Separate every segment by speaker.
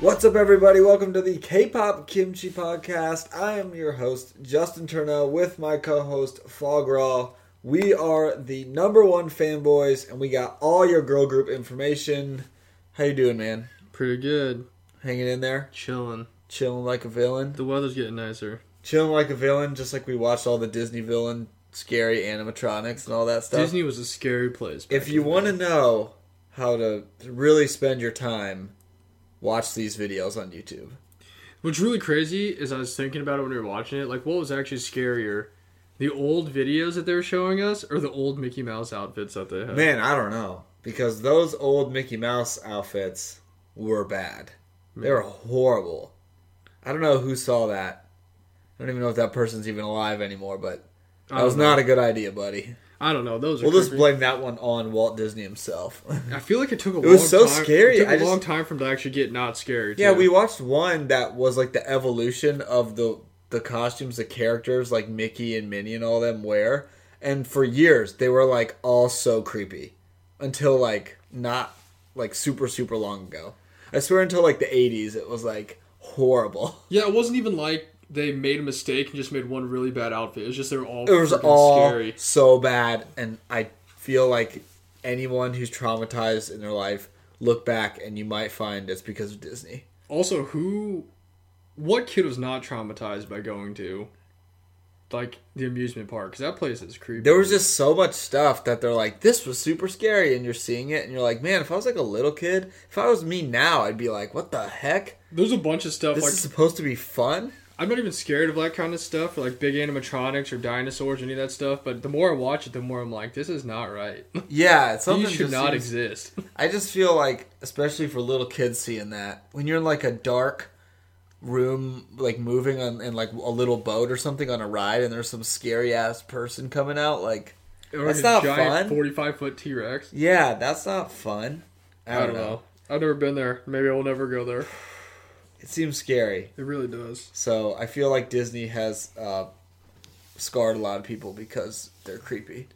Speaker 1: What's up, everybody? Welcome to the K-pop Kimchi Podcast. I am your host Justin Turno with my co-host Fog Raw. We are the number one fanboys, and we got all your girl group information. How you doing, man?
Speaker 2: Pretty good.
Speaker 1: Hanging in there,
Speaker 2: Chilling.
Speaker 1: chilling like a villain,
Speaker 2: The weather's getting nicer.
Speaker 1: chilling like a villain, just like we watched all the Disney villain scary animatronics and all that stuff.
Speaker 2: Disney was a scary place. back
Speaker 1: If you
Speaker 2: in the
Speaker 1: want to
Speaker 2: day.
Speaker 1: know how to really spend your time, watch these videos on YouTube.
Speaker 2: what's really crazy is I was thinking about it when we were watching it. Like, what was actually scarier, the old videos that they were showing us, or the old Mickey Mouse outfits that they had?
Speaker 1: Man, I don't know because those old Mickey Mouse outfits were bad.
Speaker 2: Hmm.
Speaker 1: They were horrible. I don't know who saw that. I don't even know if that person's even alive anymore, but
Speaker 2: I
Speaker 1: that was
Speaker 2: don't know.
Speaker 1: not a good idea, buddy.
Speaker 2: I don't know. Those. Are
Speaker 1: We'll just
Speaker 2: creepy.
Speaker 1: blame that one on Walt Disney himself.
Speaker 2: I feel like it took a.
Speaker 1: It was
Speaker 2: long
Speaker 1: so
Speaker 2: time,
Speaker 1: scary,
Speaker 2: It took a
Speaker 1: I just-
Speaker 2: long time for them to actually get not scared.
Speaker 1: Yeah,
Speaker 2: too.
Speaker 1: we watched one that was like the evolution of the the costumes, the characters like Mickey and Minnie and all them wear. And for years they were like all so creepy. Until like not like super super long ago. I swear until like the eighties it was like horrible.
Speaker 2: Yeah, it wasn't even like they made a mistake and just made one really bad outfit. It was just they were all.
Speaker 1: It was
Speaker 2: freaking
Speaker 1: all
Speaker 2: scary.
Speaker 1: so bad and I feel like anyone who's traumatized in their life look back and you might find it's because of Disney.
Speaker 2: Also, who, what kid was not traumatized by going to, like the amusement park? Because that place is creepy.
Speaker 1: there was just so much stuff that they're like, this was super scary, and you're seeing it, and you're like, man, if I was like a little kid, if I was me now, I'd be like, what the heck?
Speaker 2: there's a bunch of stuff
Speaker 1: This
Speaker 2: like
Speaker 1: is supposed to be fun.
Speaker 2: I'm not even scared of that kind of stuff or like big animatronics or dinosaurs or any of that stuff. But the more I watch it, the more I'm like, this is not right.
Speaker 1: Yeah, it's something
Speaker 2: These should
Speaker 1: just
Speaker 2: not
Speaker 1: seems-
Speaker 2: exist.
Speaker 1: I just feel like, especially for little kids seeing that, when you're in like a dark room, like moving on in like a little boat or something on a ride, and there's some scary ass person coming out, like,
Speaker 2: Or
Speaker 1: That's
Speaker 2: a
Speaker 1: not fun.
Speaker 2: giant 45 foot T Rex.
Speaker 1: yeah, that's not fun. I don't, know.
Speaker 2: I've never been there. Maybe I will never go there.
Speaker 1: It seems scary.
Speaker 2: It really does.
Speaker 1: So I feel like Disney has uh, scarred a lot of people because they're creepy.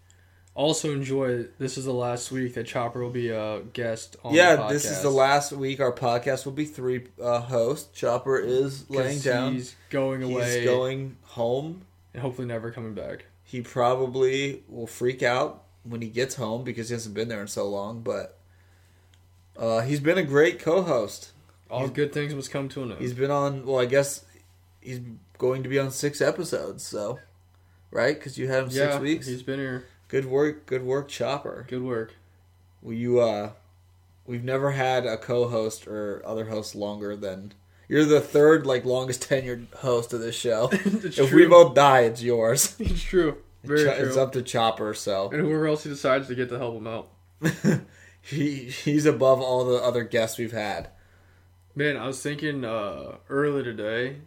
Speaker 2: Also enjoy. This is the last week that Chopper will be a guest on.
Speaker 1: yeah,
Speaker 2: the podcast.
Speaker 1: this is the last week. Our podcast will be three uh, hosts. Chopper is
Speaker 2: 'Cause
Speaker 1: laying down.
Speaker 2: He's going away.
Speaker 1: He's going home.
Speaker 2: and hopefully never coming back.
Speaker 1: He probably will freak out when he gets home because he hasn't been there in so long. But uh, he's been a great co-host.
Speaker 2: All good things must come to an end.
Speaker 1: He's been on. Well, I guess he's going to be on six episodes. So, right? Because you had him
Speaker 2: yeah,
Speaker 1: six weeks.
Speaker 2: he's been here.
Speaker 1: Good work. Good work, Chopper.
Speaker 2: Good work.
Speaker 1: Well, you uh, we've never had a co-host or other host longer than you're the third like longest tenured host of this show.
Speaker 2: it's
Speaker 1: if
Speaker 2: true.
Speaker 1: we both die, it's yours.
Speaker 2: it's true. Very
Speaker 1: Cho-
Speaker 2: true.
Speaker 1: It's up to Chopper, so
Speaker 2: and whoever else he decides to get to help him out.
Speaker 1: he he's above all the other guests we've had.
Speaker 2: Man, I was thinking uh, earlier today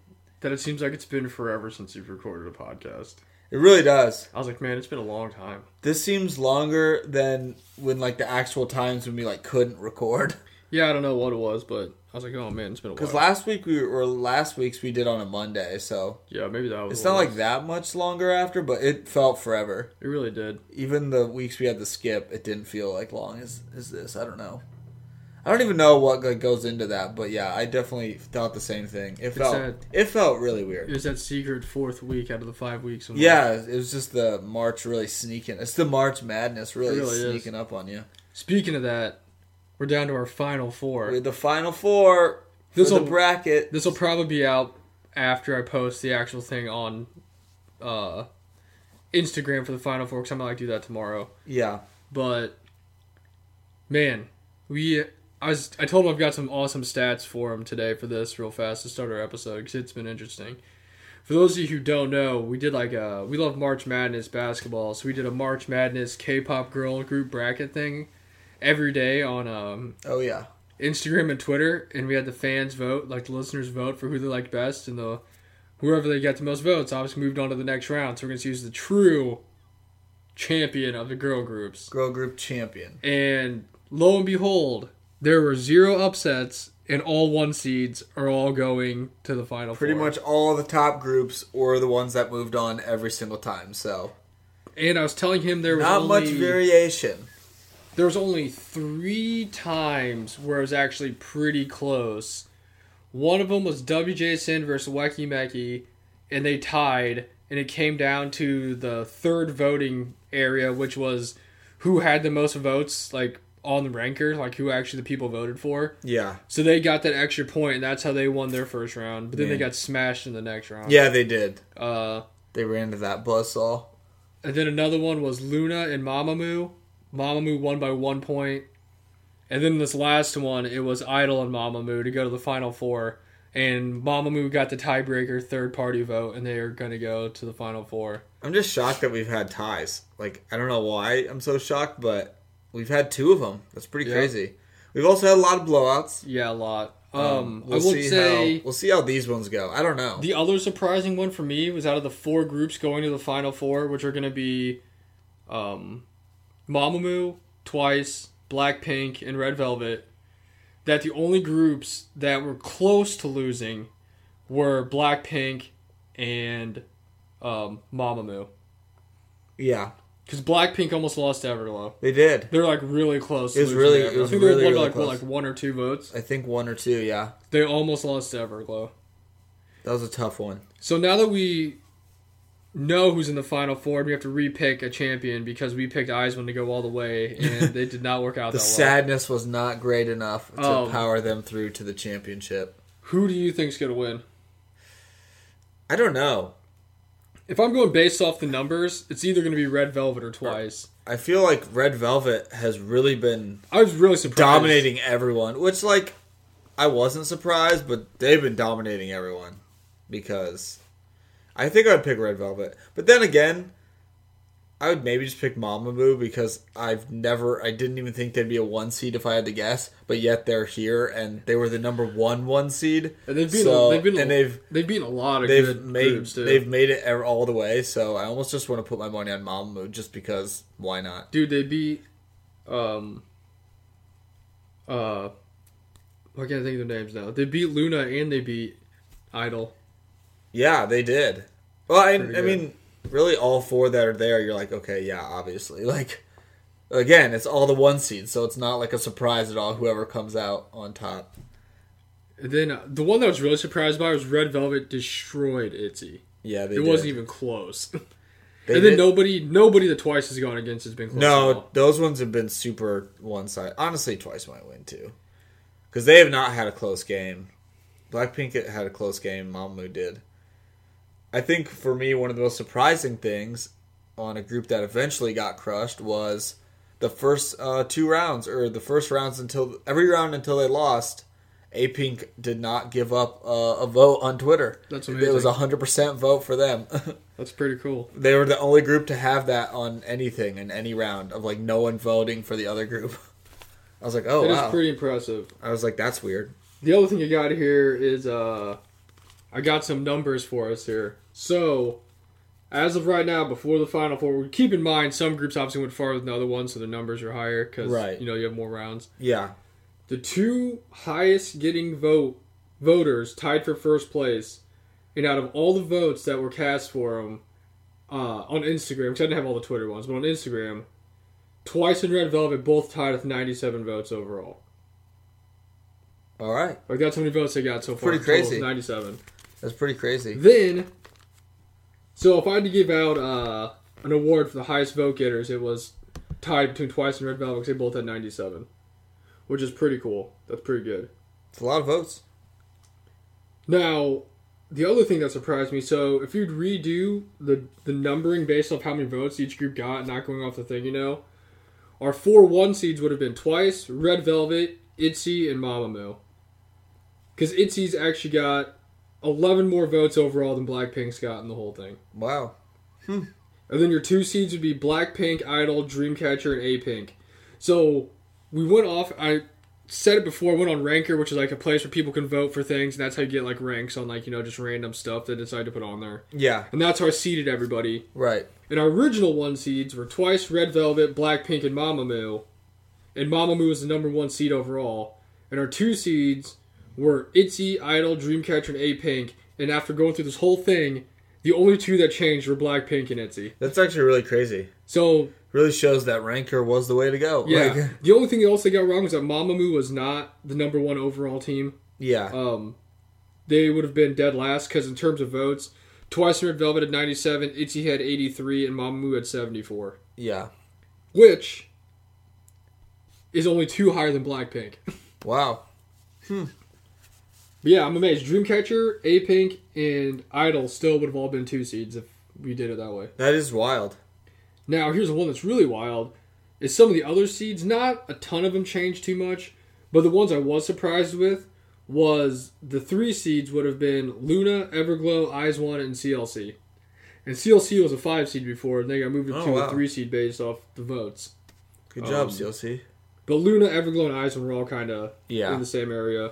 Speaker 2: that it seems like it's been forever since you've recorded a podcast.
Speaker 1: It really does.
Speaker 2: I was like, man, it's been a long time.
Speaker 1: This seems longer than when like the actual times when we like couldn't record.
Speaker 2: Yeah, I don't know what it was, but I was like, oh man, it's been a while.
Speaker 1: Because last week we or last week's we did on a Monday, so
Speaker 2: yeah, maybe that was.
Speaker 1: it's
Speaker 2: what
Speaker 1: not
Speaker 2: it
Speaker 1: like
Speaker 2: was.
Speaker 1: that much longer after, but it felt forever.
Speaker 2: It really did.
Speaker 1: even the weeks we had to skip, it didn't feel like long as as this. I don't know. I don't even know what like, goes into that, but yeah, I definitely thought the same thing. It felt
Speaker 2: sad.
Speaker 1: it felt really
Speaker 2: It
Speaker 1: weird.
Speaker 2: was that secret fourth week out of the five weeks. when we-
Speaker 1: Yeah, it was just the March really sneaking. It's the March madness really,
Speaker 2: It really is.
Speaker 1: sneaking up on you.
Speaker 2: Speaking of that, we're down to our final four.
Speaker 1: With the final four, this the
Speaker 2: This'll-
Speaker 1: bracket.
Speaker 2: This will probably be out after I post the actual thing on uh, Instagram for the Final Four because I'm gonna like do that tomorrow.
Speaker 1: yeah,
Speaker 2: But man, we I was I told him I've got some awesome stats for him today for this real fast to start our episode because it's been interesting. For those of you who don't know, we did like a we love March Madness basketball, so we did a March Madness K-pop girl group bracket thing every day on um,
Speaker 1: oh yeah,
Speaker 2: Instagram and Twitter, and we had the fans vote, like the listeners vote for who they liked best, and the whoever they got the most votes obviously moved on to the next round. So we're gonna choose the true champion of the girl groups.
Speaker 1: girl group champion.
Speaker 2: And lo and behold, there were zero upsets, and all one seeds are all going to the final.
Speaker 1: Pretty
Speaker 2: four.
Speaker 1: much all the top groups or the ones that moved on every single time. So
Speaker 2: And I was telling him there was
Speaker 1: not
Speaker 2: only,
Speaker 1: much variation.
Speaker 2: there was only three times where it was actually pretty close. One of them was WJ Sin versus Wacky Mackey, and they tied, and it came down to the third voting area, which was who had the most votes, like on the ranker, like who actually the people voted for.
Speaker 1: Yeah.
Speaker 2: So they got that extra point, and that's how they won their first round. But then they
Speaker 1: Man.
Speaker 2: got smashed in the next round.
Speaker 1: Yeah, they did.
Speaker 2: Uh,
Speaker 1: They ran into that buzzsaw.
Speaker 2: and then another one was Luna and Mamamoo. Mamamoo won by one point. And then this last one, it was Idol and Mamamoo to go to the final four. And Mamamoo got the tiebreaker third party vote, and they are going to go to the final four.
Speaker 1: I'm just shocked that we've had ties. Like, I don't know why I'm so shocked, but we've had two of them. That's pretty
Speaker 2: Yeah.
Speaker 1: crazy. We've also had a lot of blowouts.
Speaker 2: Yeah, a lot. Um,
Speaker 1: Um,
Speaker 2: I would
Speaker 1: see
Speaker 2: say
Speaker 1: how we'll see how these ones go. I don't know.
Speaker 2: The other surprising one for me was out of the four groups going to the final four, which are going to be um, Mamamoo, Twice, Blackpink, and Red Velvet, that the only groups that were close to losing were Blackpink and um, Mamamoo.
Speaker 1: yeah,
Speaker 2: Because Blackpink almost lost to Everglow.
Speaker 1: they did.
Speaker 2: They're like really close. to
Speaker 1: It was
Speaker 2: losing to
Speaker 1: really- it
Speaker 2: Everglow.
Speaker 1: was
Speaker 2: I think they
Speaker 1: really,
Speaker 2: won by
Speaker 1: really
Speaker 2: like, what,
Speaker 1: close.
Speaker 2: like one or two votes.
Speaker 1: I think one or two. Yeah,
Speaker 2: They almost lost to Everglow.
Speaker 1: that was a tough one.
Speaker 2: So now that we know who's in the final four, we have to repick a champion because we picked Eisman to go all the way, and they did not work out
Speaker 1: The
Speaker 2: that well.
Speaker 1: sadness was not great enough to
Speaker 2: Oh.
Speaker 1: power them through to the championship.
Speaker 2: Who do you think's going to win?
Speaker 1: I don't know.
Speaker 2: If I'm going based off the numbers, it's either going to be Red Velvet or Twice.
Speaker 1: I feel like Red Velvet has really been
Speaker 2: I was really surprised.
Speaker 1: dominating everyone, which like I wasn't surprised, but they've been dominating everyone because I think I'd pick Red Velvet. But then again, I would maybe just pick Mamamoo because I've never I didn't even think they'd be a one seed if I had to guess, but yet they're here and they were the number one one seed.
Speaker 2: And they've been,
Speaker 1: So-
Speaker 2: they've been,
Speaker 1: and they've
Speaker 2: they've been a lot of
Speaker 1: they've
Speaker 2: good
Speaker 1: made
Speaker 2: groups too.
Speaker 1: they've made it ev- all the way. So I almost just want to put my money on Mamamoo just because why not?
Speaker 2: Dude, they beat, um, uh, why can't I think of their names now? They beat Luna and they beat Idol.
Speaker 1: Yeah, they did. Well, I,
Speaker 2: Pretty
Speaker 1: I
Speaker 2: good.
Speaker 1: mean, really, all four that are there, you're like, okay, yeah, obviously. Like, again, it's all the one seed, so it's not like a surprise at all. Whoever comes out on top.
Speaker 2: And then uh, the one that I was really surprised by was Red Velvet destroyed Itzy.
Speaker 1: Yeah, they
Speaker 2: it
Speaker 1: did.
Speaker 2: wasn't even close.
Speaker 1: They
Speaker 2: and then
Speaker 1: did-
Speaker 2: nobody, nobody that twice has gone against has been close. at
Speaker 1: No,
Speaker 2: all.
Speaker 1: those ones have been super one sided. Honestly, twice might win too, because they have not had a close game. Blackpink had a close game. Mamamoo did. I think for me, one of the most surprising things on a group that eventually got crushed was the first uh, two rounds, or the first rounds until every round until they lost. A Pink did not give up uh, a vote on Twitter.
Speaker 2: That's
Speaker 1: It was
Speaker 2: amazing.
Speaker 1: a hundred percent vote for them.
Speaker 2: that's pretty cool.
Speaker 1: They were the only group to have that on anything in any round of like no one voting for the other group. I was like, oh
Speaker 2: That is
Speaker 1: wow.
Speaker 2: pretty impressive.
Speaker 1: I was like, that's weird.
Speaker 2: The other thing I got here is uh, I got some numbers for us here. So, as of right now, before the final four, we keep in mind some groups obviously went farther than the other ones, so the numbers are higher because
Speaker 1: Right.
Speaker 2: you know you have more rounds.
Speaker 1: Yeah,
Speaker 2: The two highest getting vote voters tied for first place, and out of all the votes that were cast for him uh, on Instagram, because I didn't have all the Twitter ones, but on Instagram, Twice and Red Velvet both tied with 97 votes overall.
Speaker 1: all right,
Speaker 2: Like that's how many votes they got so far.
Speaker 1: Pretty
Speaker 2: total is
Speaker 1: crazy.
Speaker 2: 97.
Speaker 1: that's pretty crazy.
Speaker 2: Then, so if I had to give out uh, an award for the highest vote getters, it was tied between Twice and Red Velvet 'cause they both had 97, which is pretty cool. That's pretty good.
Speaker 1: It's a lot of votes.
Speaker 2: Now, the other thing that surprised me, so if you'd redo the the numbering based off how many votes each group got, not going off the thing, you know, our four one seeds would have been twice Red Velvet, Itzy, and Mamamoo. Because Itzy's actually got eleven more votes overall than Blackpink's got in the whole thing.
Speaker 1: Wow.
Speaker 2: And then your two seeds would be Blackpink, Idol, Dreamcatcher, and A Pink. So we went off. I said it before. Went on Ranker, which is like a place where people can vote for things, and that's how you get like ranks on like you know just random stuff they decide to put on there.
Speaker 1: Yeah.
Speaker 2: And that's how I seeded everybody.
Speaker 1: Right.
Speaker 2: And our original one seeds were twice Red Velvet, Blackpink, and Mamamoo. And Mamamoo was the number one seed overall. And our two seeds were Itzy, Idol, Dreamcatcher, and A Pink. And after going through this whole thing, the only two that changed were Blackpink and Itzy.
Speaker 1: That's actually really crazy.
Speaker 2: So
Speaker 1: Really shows that rancor was the way to go.
Speaker 2: Yeah.
Speaker 1: Like,
Speaker 2: the only thing else they got wrong was that Mamamoo was not the number one overall team.
Speaker 1: yeah.
Speaker 2: Um, they would have been dead last because in terms of votes, Twice Red Velvet had 97, ITZY had 83, and Mamamoo had 74,
Speaker 1: Yeah.
Speaker 2: which is only two higher than Blackpink.
Speaker 1: Wow.
Speaker 2: But yeah, I'm amazed. Dreamcatcher, A Pink, and Idol still would have all been two seeds if we did it that way.
Speaker 1: That is wild.
Speaker 2: Now, here's one that's really wild. Is some of the other seeds, not a ton of them changed too much, but the ones I was surprised with was the three seeds would have been Luna, Everglow, Eyes One, and CLC. And CLC was a five seed before, and they got moved
Speaker 1: Oh,
Speaker 2: to
Speaker 1: wow.
Speaker 2: a three seed based off the votes.
Speaker 1: Good
Speaker 2: Um,
Speaker 1: job, CLC.
Speaker 2: But Luna, Everglow, and Eyes One were all kind of in
Speaker 1: Yeah.
Speaker 2: the same area.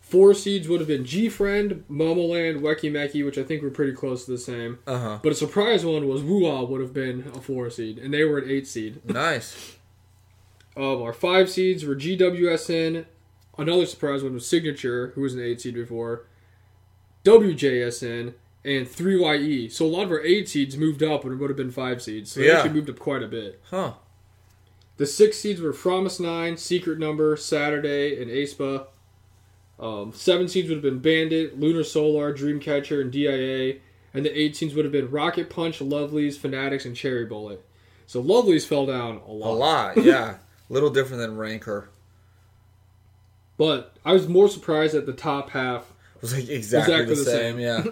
Speaker 2: Four seeds would have been G Friend, Momoland, Weki Meki, which I think were pretty close to the same.
Speaker 1: Uh huh.
Speaker 2: But a surprise one was Wuha would have been a four seed, and they were an eight seed.
Speaker 1: Nice.
Speaker 2: Um, our five seeds were GWSN. Another surprise one was Signature, who was an eight seed before. WJSN and 3YE. So a lot of our eight seeds moved up and it would have been five seeds. So they
Speaker 1: Yeah.
Speaker 2: actually moved up quite a bit.
Speaker 1: Huh.
Speaker 2: The six seeds were Promise Nine, Secret Number, Saturday, and Aespa. Um, seven seeds would have been Bandit, Lunar Solar, Dreamcatcher, and DIA. And the eight seeds would have been Rocket Punch, Lovelies, Fanatics, and Cherry Bullet. So Lovelies fell down a
Speaker 1: A
Speaker 2: lot.
Speaker 1: lot. Yeah. Little different than Ranker.
Speaker 2: But I was more surprised at the top half.
Speaker 1: It was like exactly,
Speaker 2: Exactly
Speaker 1: the,
Speaker 2: the
Speaker 1: same.
Speaker 2: same.
Speaker 1: Yeah.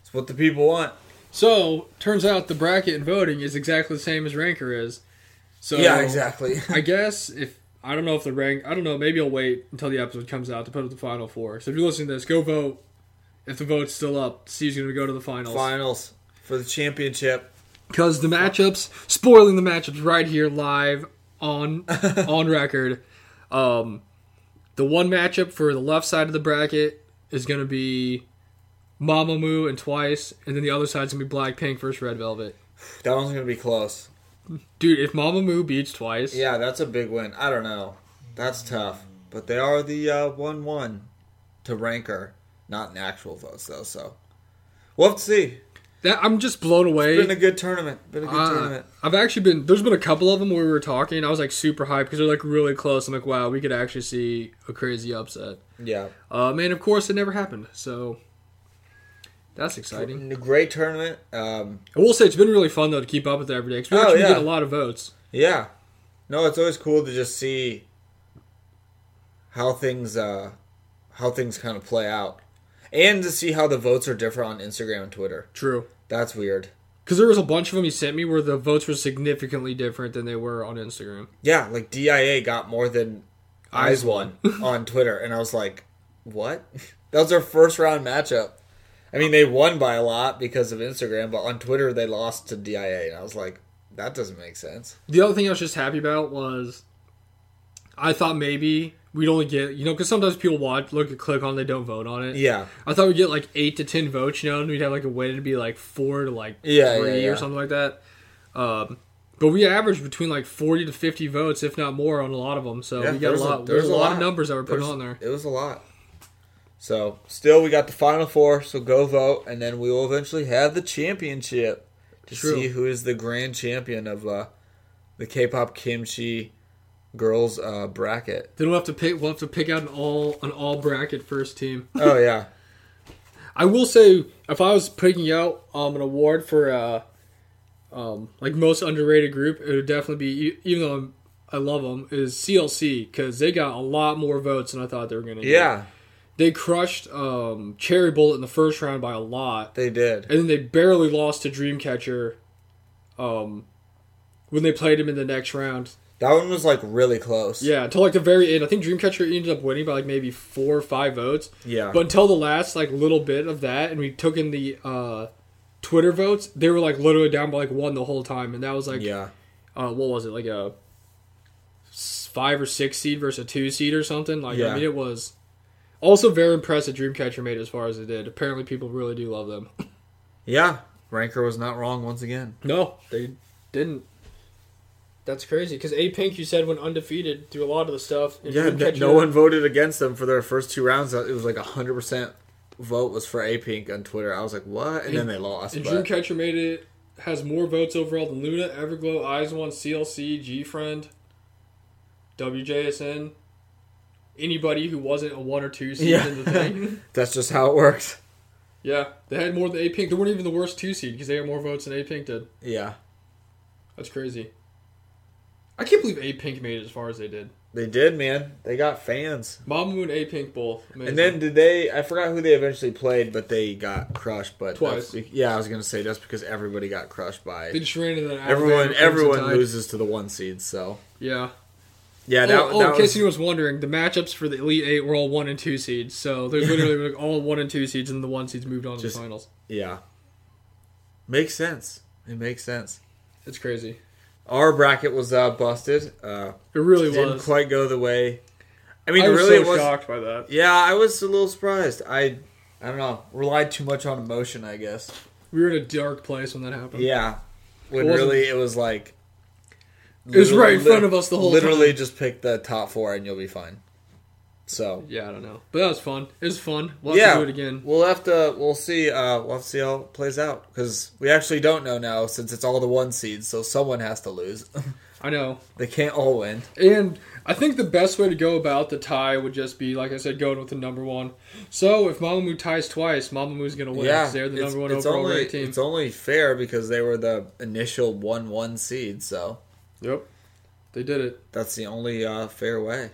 Speaker 1: it's what the people want.
Speaker 2: So turns out the bracket and voting is exactly the same as Ranker is. So
Speaker 1: yeah. Exactly.
Speaker 2: I guess if I don't know if the rank, I don't know. Maybe I'll wait until the episode comes out to put up the final four. So if you're listening to this, go vote. If the vote's still up, Steve's going to go to the finals
Speaker 1: Finals for the championship.
Speaker 2: because the matchups. Spoiling the matchups right here live on on record. Um, the one matchup for the left side of the bracket is going to be Mamamoo and Twice, and then the other side's going to be Blackpink versus Red Velvet.
Speaker 1: That one's gonna be close.
Speaker 2: Dude, if Mamamoo beats Twice,
Speaker 1: Yeah, that's a big win. I don't know. That's tough. But they are the uh, 1 1 to Ranker. Not in actual votes, though, so. We'll have to see.
Speaker 2: that I'm just blown away.
Speaker 1: Been a good tournament. Been a good
Speaker 2: Uh,
Speaker 1: tournament.
Speaker 2: I've actually been. There's been a couple of them where we were talking. I was like super hyped because they're like really close. I'm like, wow, we could actually see a crazy upset.
Speaker 1: Yeah.
Speaker 2: Uh, man, of course it never happened. So that's exciting.
Speaker 1: N- Great tournament. Um,
Speaker 2: I will say it's been really fun though to keep up with it every day because we
Speaker 1: Oh,
Speaker 2: actually
Speaker 1: yeah.
Speaker 2: get a lot of votes.
Speaker 1: yeah. No, it's always cool to just see how things uh, how things kind of play out, and to see how the votes are different on Instagram and Twitter.
Speaker 2: True.
Speaker 1: That's weird.
Speaker 2: Because there was a bunch of them he sent me where the votes were significantly different than they were on Instagram.
Speaker 1: Yeah, like DIA got more than
Speaker 2: Eyes
Speaker 1: Eyes One on Twitter, and I was like, "What?" That was their first round matchup. I mean, they won by a lot because of Instagram, but on Twitter they lost to DIA, and I was like, "That doesn't make sense."
Speaker 2: The other thing I was just happy about was I thought maybe we'd only get you know because sometimes people watch look at click on they don't vote on it.
Speaker 1: Yeah,
Speaker 2: I thought we'd get like eight to ten votes, you know, and we'd have like a win to be like four to like
Speaker 1: Yeah, yeah,
Speaker 2: three
Speaker 1: yeah.
Speaker 2: or something like that. Um, but we averaged between like forty to fifty votes, if not more, on a lot of them. So
Speaker 1: Yeah,
Speaker 2: we got a
Speaker 1: there's a-
Speaker 2: lot.
Speaker 1: there's
Speaker 2: There's a
Speaker 1: a
Speaker 2: lot of
Speaker 1: lot.
Speaker 2: numbers that were put
Speaker 1: There's-
Speaker 2: on there.
Speaker 1: it was a lot. So, still, we got the final four. So go vote, and then we will eventually have the championship to
Speaker 2: True.
Speaker 1: see who is the grand champion of uh, the K-pop kimchi girls uh, bracket.
Speaker 2: Then we'll have to pick. We'll have to pick out an all an all bracket first team.
Speaker 1: Oh yeah.
Speaker 2: I will say, if I was picking out um, an award for uh, um, like most underrated group, it would definitely be e- even though I'm, I love them is CLC because they got a lot more votes than I thought they were going to.
Speaker 1: Yeah,
Speaker 2: they crushed um, Cherry Bullet in the first round by a lot,
Speaker 1: they did.
Speaker 2: and then they barely lost to Dreamcatcher um, when they played him in the next round.
Speaker 1: That one was like really close.
Speaker 2: Yeah, until like the very end. I think Dreamcatcher ended up winning by like maybe four or five votes,
Speaker 1: Yeah.
Speaker 2: but until the last like little bit of that, and we took in the uh, Twitter votes, they were like literally down by like one the whole time, and that was like
Speaker 1: yeah.
Speaker 2: uh, what was it like a s- five or six seed versus a two seed or something? Like I
Speaker 1: Yeah.
Speaker 2: mean, it was also very impressed that Dreamcatcher made it as far as it did. Apparently, people really do love them.
Speaker 1: Yeah. Ranker was not wrong once again.
Speaker 2: No, they didn't. That's crazy because A Pink, you said, went undefeated through a lot of the stuff. and
Speaker 1: Yeah,
Speaker 2: Dreamcatcher-
Speaker 1: no one voted against them for their first two rounds. It was like a 100% vote was for A Pink on Twitter. I was like, what? And, then they lost.
Speaker 2: And
Speaker 1: but-
Speaker 2: Dreamcatcher made it has more votes overall than Luna, Everglow, Eyes One, CLC, G Friend, WJSN, anybody who wasn't a one or two seed
Speaker 1: Yeah.
Speaker 2: in the thing.
Speaker 1: That's just how it works.
Speaker 2: yeah, they had more than A Pink. They weren't even the worst two seed because they had more votes than A Pink did.
Speaker 1: Yeah.
Speaker 2: That's crazy. I can't believe A Pink made it as far as they did.
Speaker 1: They did, man. They got fans.
Speaker 2: Mamamoo and A Pink both. Amazing.
Speaker 1: And then did they? I forgot who they eventually played, but they got crushed. But
Speaker 2: Twice.
Speaker 1: that's be- yeah, I was gonna say that's because everybody got crushed
Speaker 2: They
Speaker 1: by
Speaker 2: just ran into that.
Speaker 1: everyone.
Speaker 2: Alabama Crimson
Speaker 1: Everyone
Speaker 2: Tide.
Speaker 1: loses to the one seed. So
Speaker 2: Yeah.
Speaker 1: yeah, that,
Speaker 2: oh, oh,
Speaker 1: that
Speaker 2: in
Speaker 1: was
Speaker 2: case you was wondering, the matchups for the Elite Eight were all one and two seeds. So there's literally like all one and two seeds, and the one seeds moved on to
Speaker 1: Just-
Speaker 2: the finals.
Speaker 1: yeah. Makes sense. It makes sense.
Speaker 2: It's crazy.
Speaker 1: Our bracket was uh, busted. Uh,
Speaker 2: It really
Speaker 1: didn't
Speaker 2: was.
Speaker 1: quite go the way. I mean,
Speaker 2: I was
Speaker 1: really, it
Speaker 2: so
Speaker 1: was.
Speaker 2: shocked by that.
Speaker 1: Yeah, I was a little surprised. I, I don't know, relied too much on emotion, I guess.
Speaker 2: We were in a dark place when that happened.
Speaker 1: Yeah, when
Speaker 2: It wasn't-
Speaker 1: really it was like.
Speaker 2: It was right in
Speaker 1: literally-
Speaker 2: front of us the whole
Speaker 1: Literally, just pick the top four and you'll be fine. So
Speaker 2: Yeah, I don't know, but that was fun. It was fun. We'll have
Speaker 1: yeah,
Speaker 2: to do it again.
Speaker 1: We'll have to. We'll see. Uh, we'll have to see how it plays out because we actually don't know now since it's all the one seeds. So someone has to lose.
Speaker 2: I know.
Speaker 1: they can't all win.
Speaker 2: And I think the best way to go about the tie would just be, like I said, going with the number one. So if Mamamoo ties twice, Mamamoo's gonna win. 'cause they're the
Speaker 1: it's-
Speaker 2: number one
Speaker 1: it's
Speaker 2: overall
Speaker 1: only,
Speaker 2: ranked team.
Speaker 1: It's only fair because they were the initial one-one seed, so
Speaker 2: Yep, they did it.
Speaker 1: that's the only uh, fair way.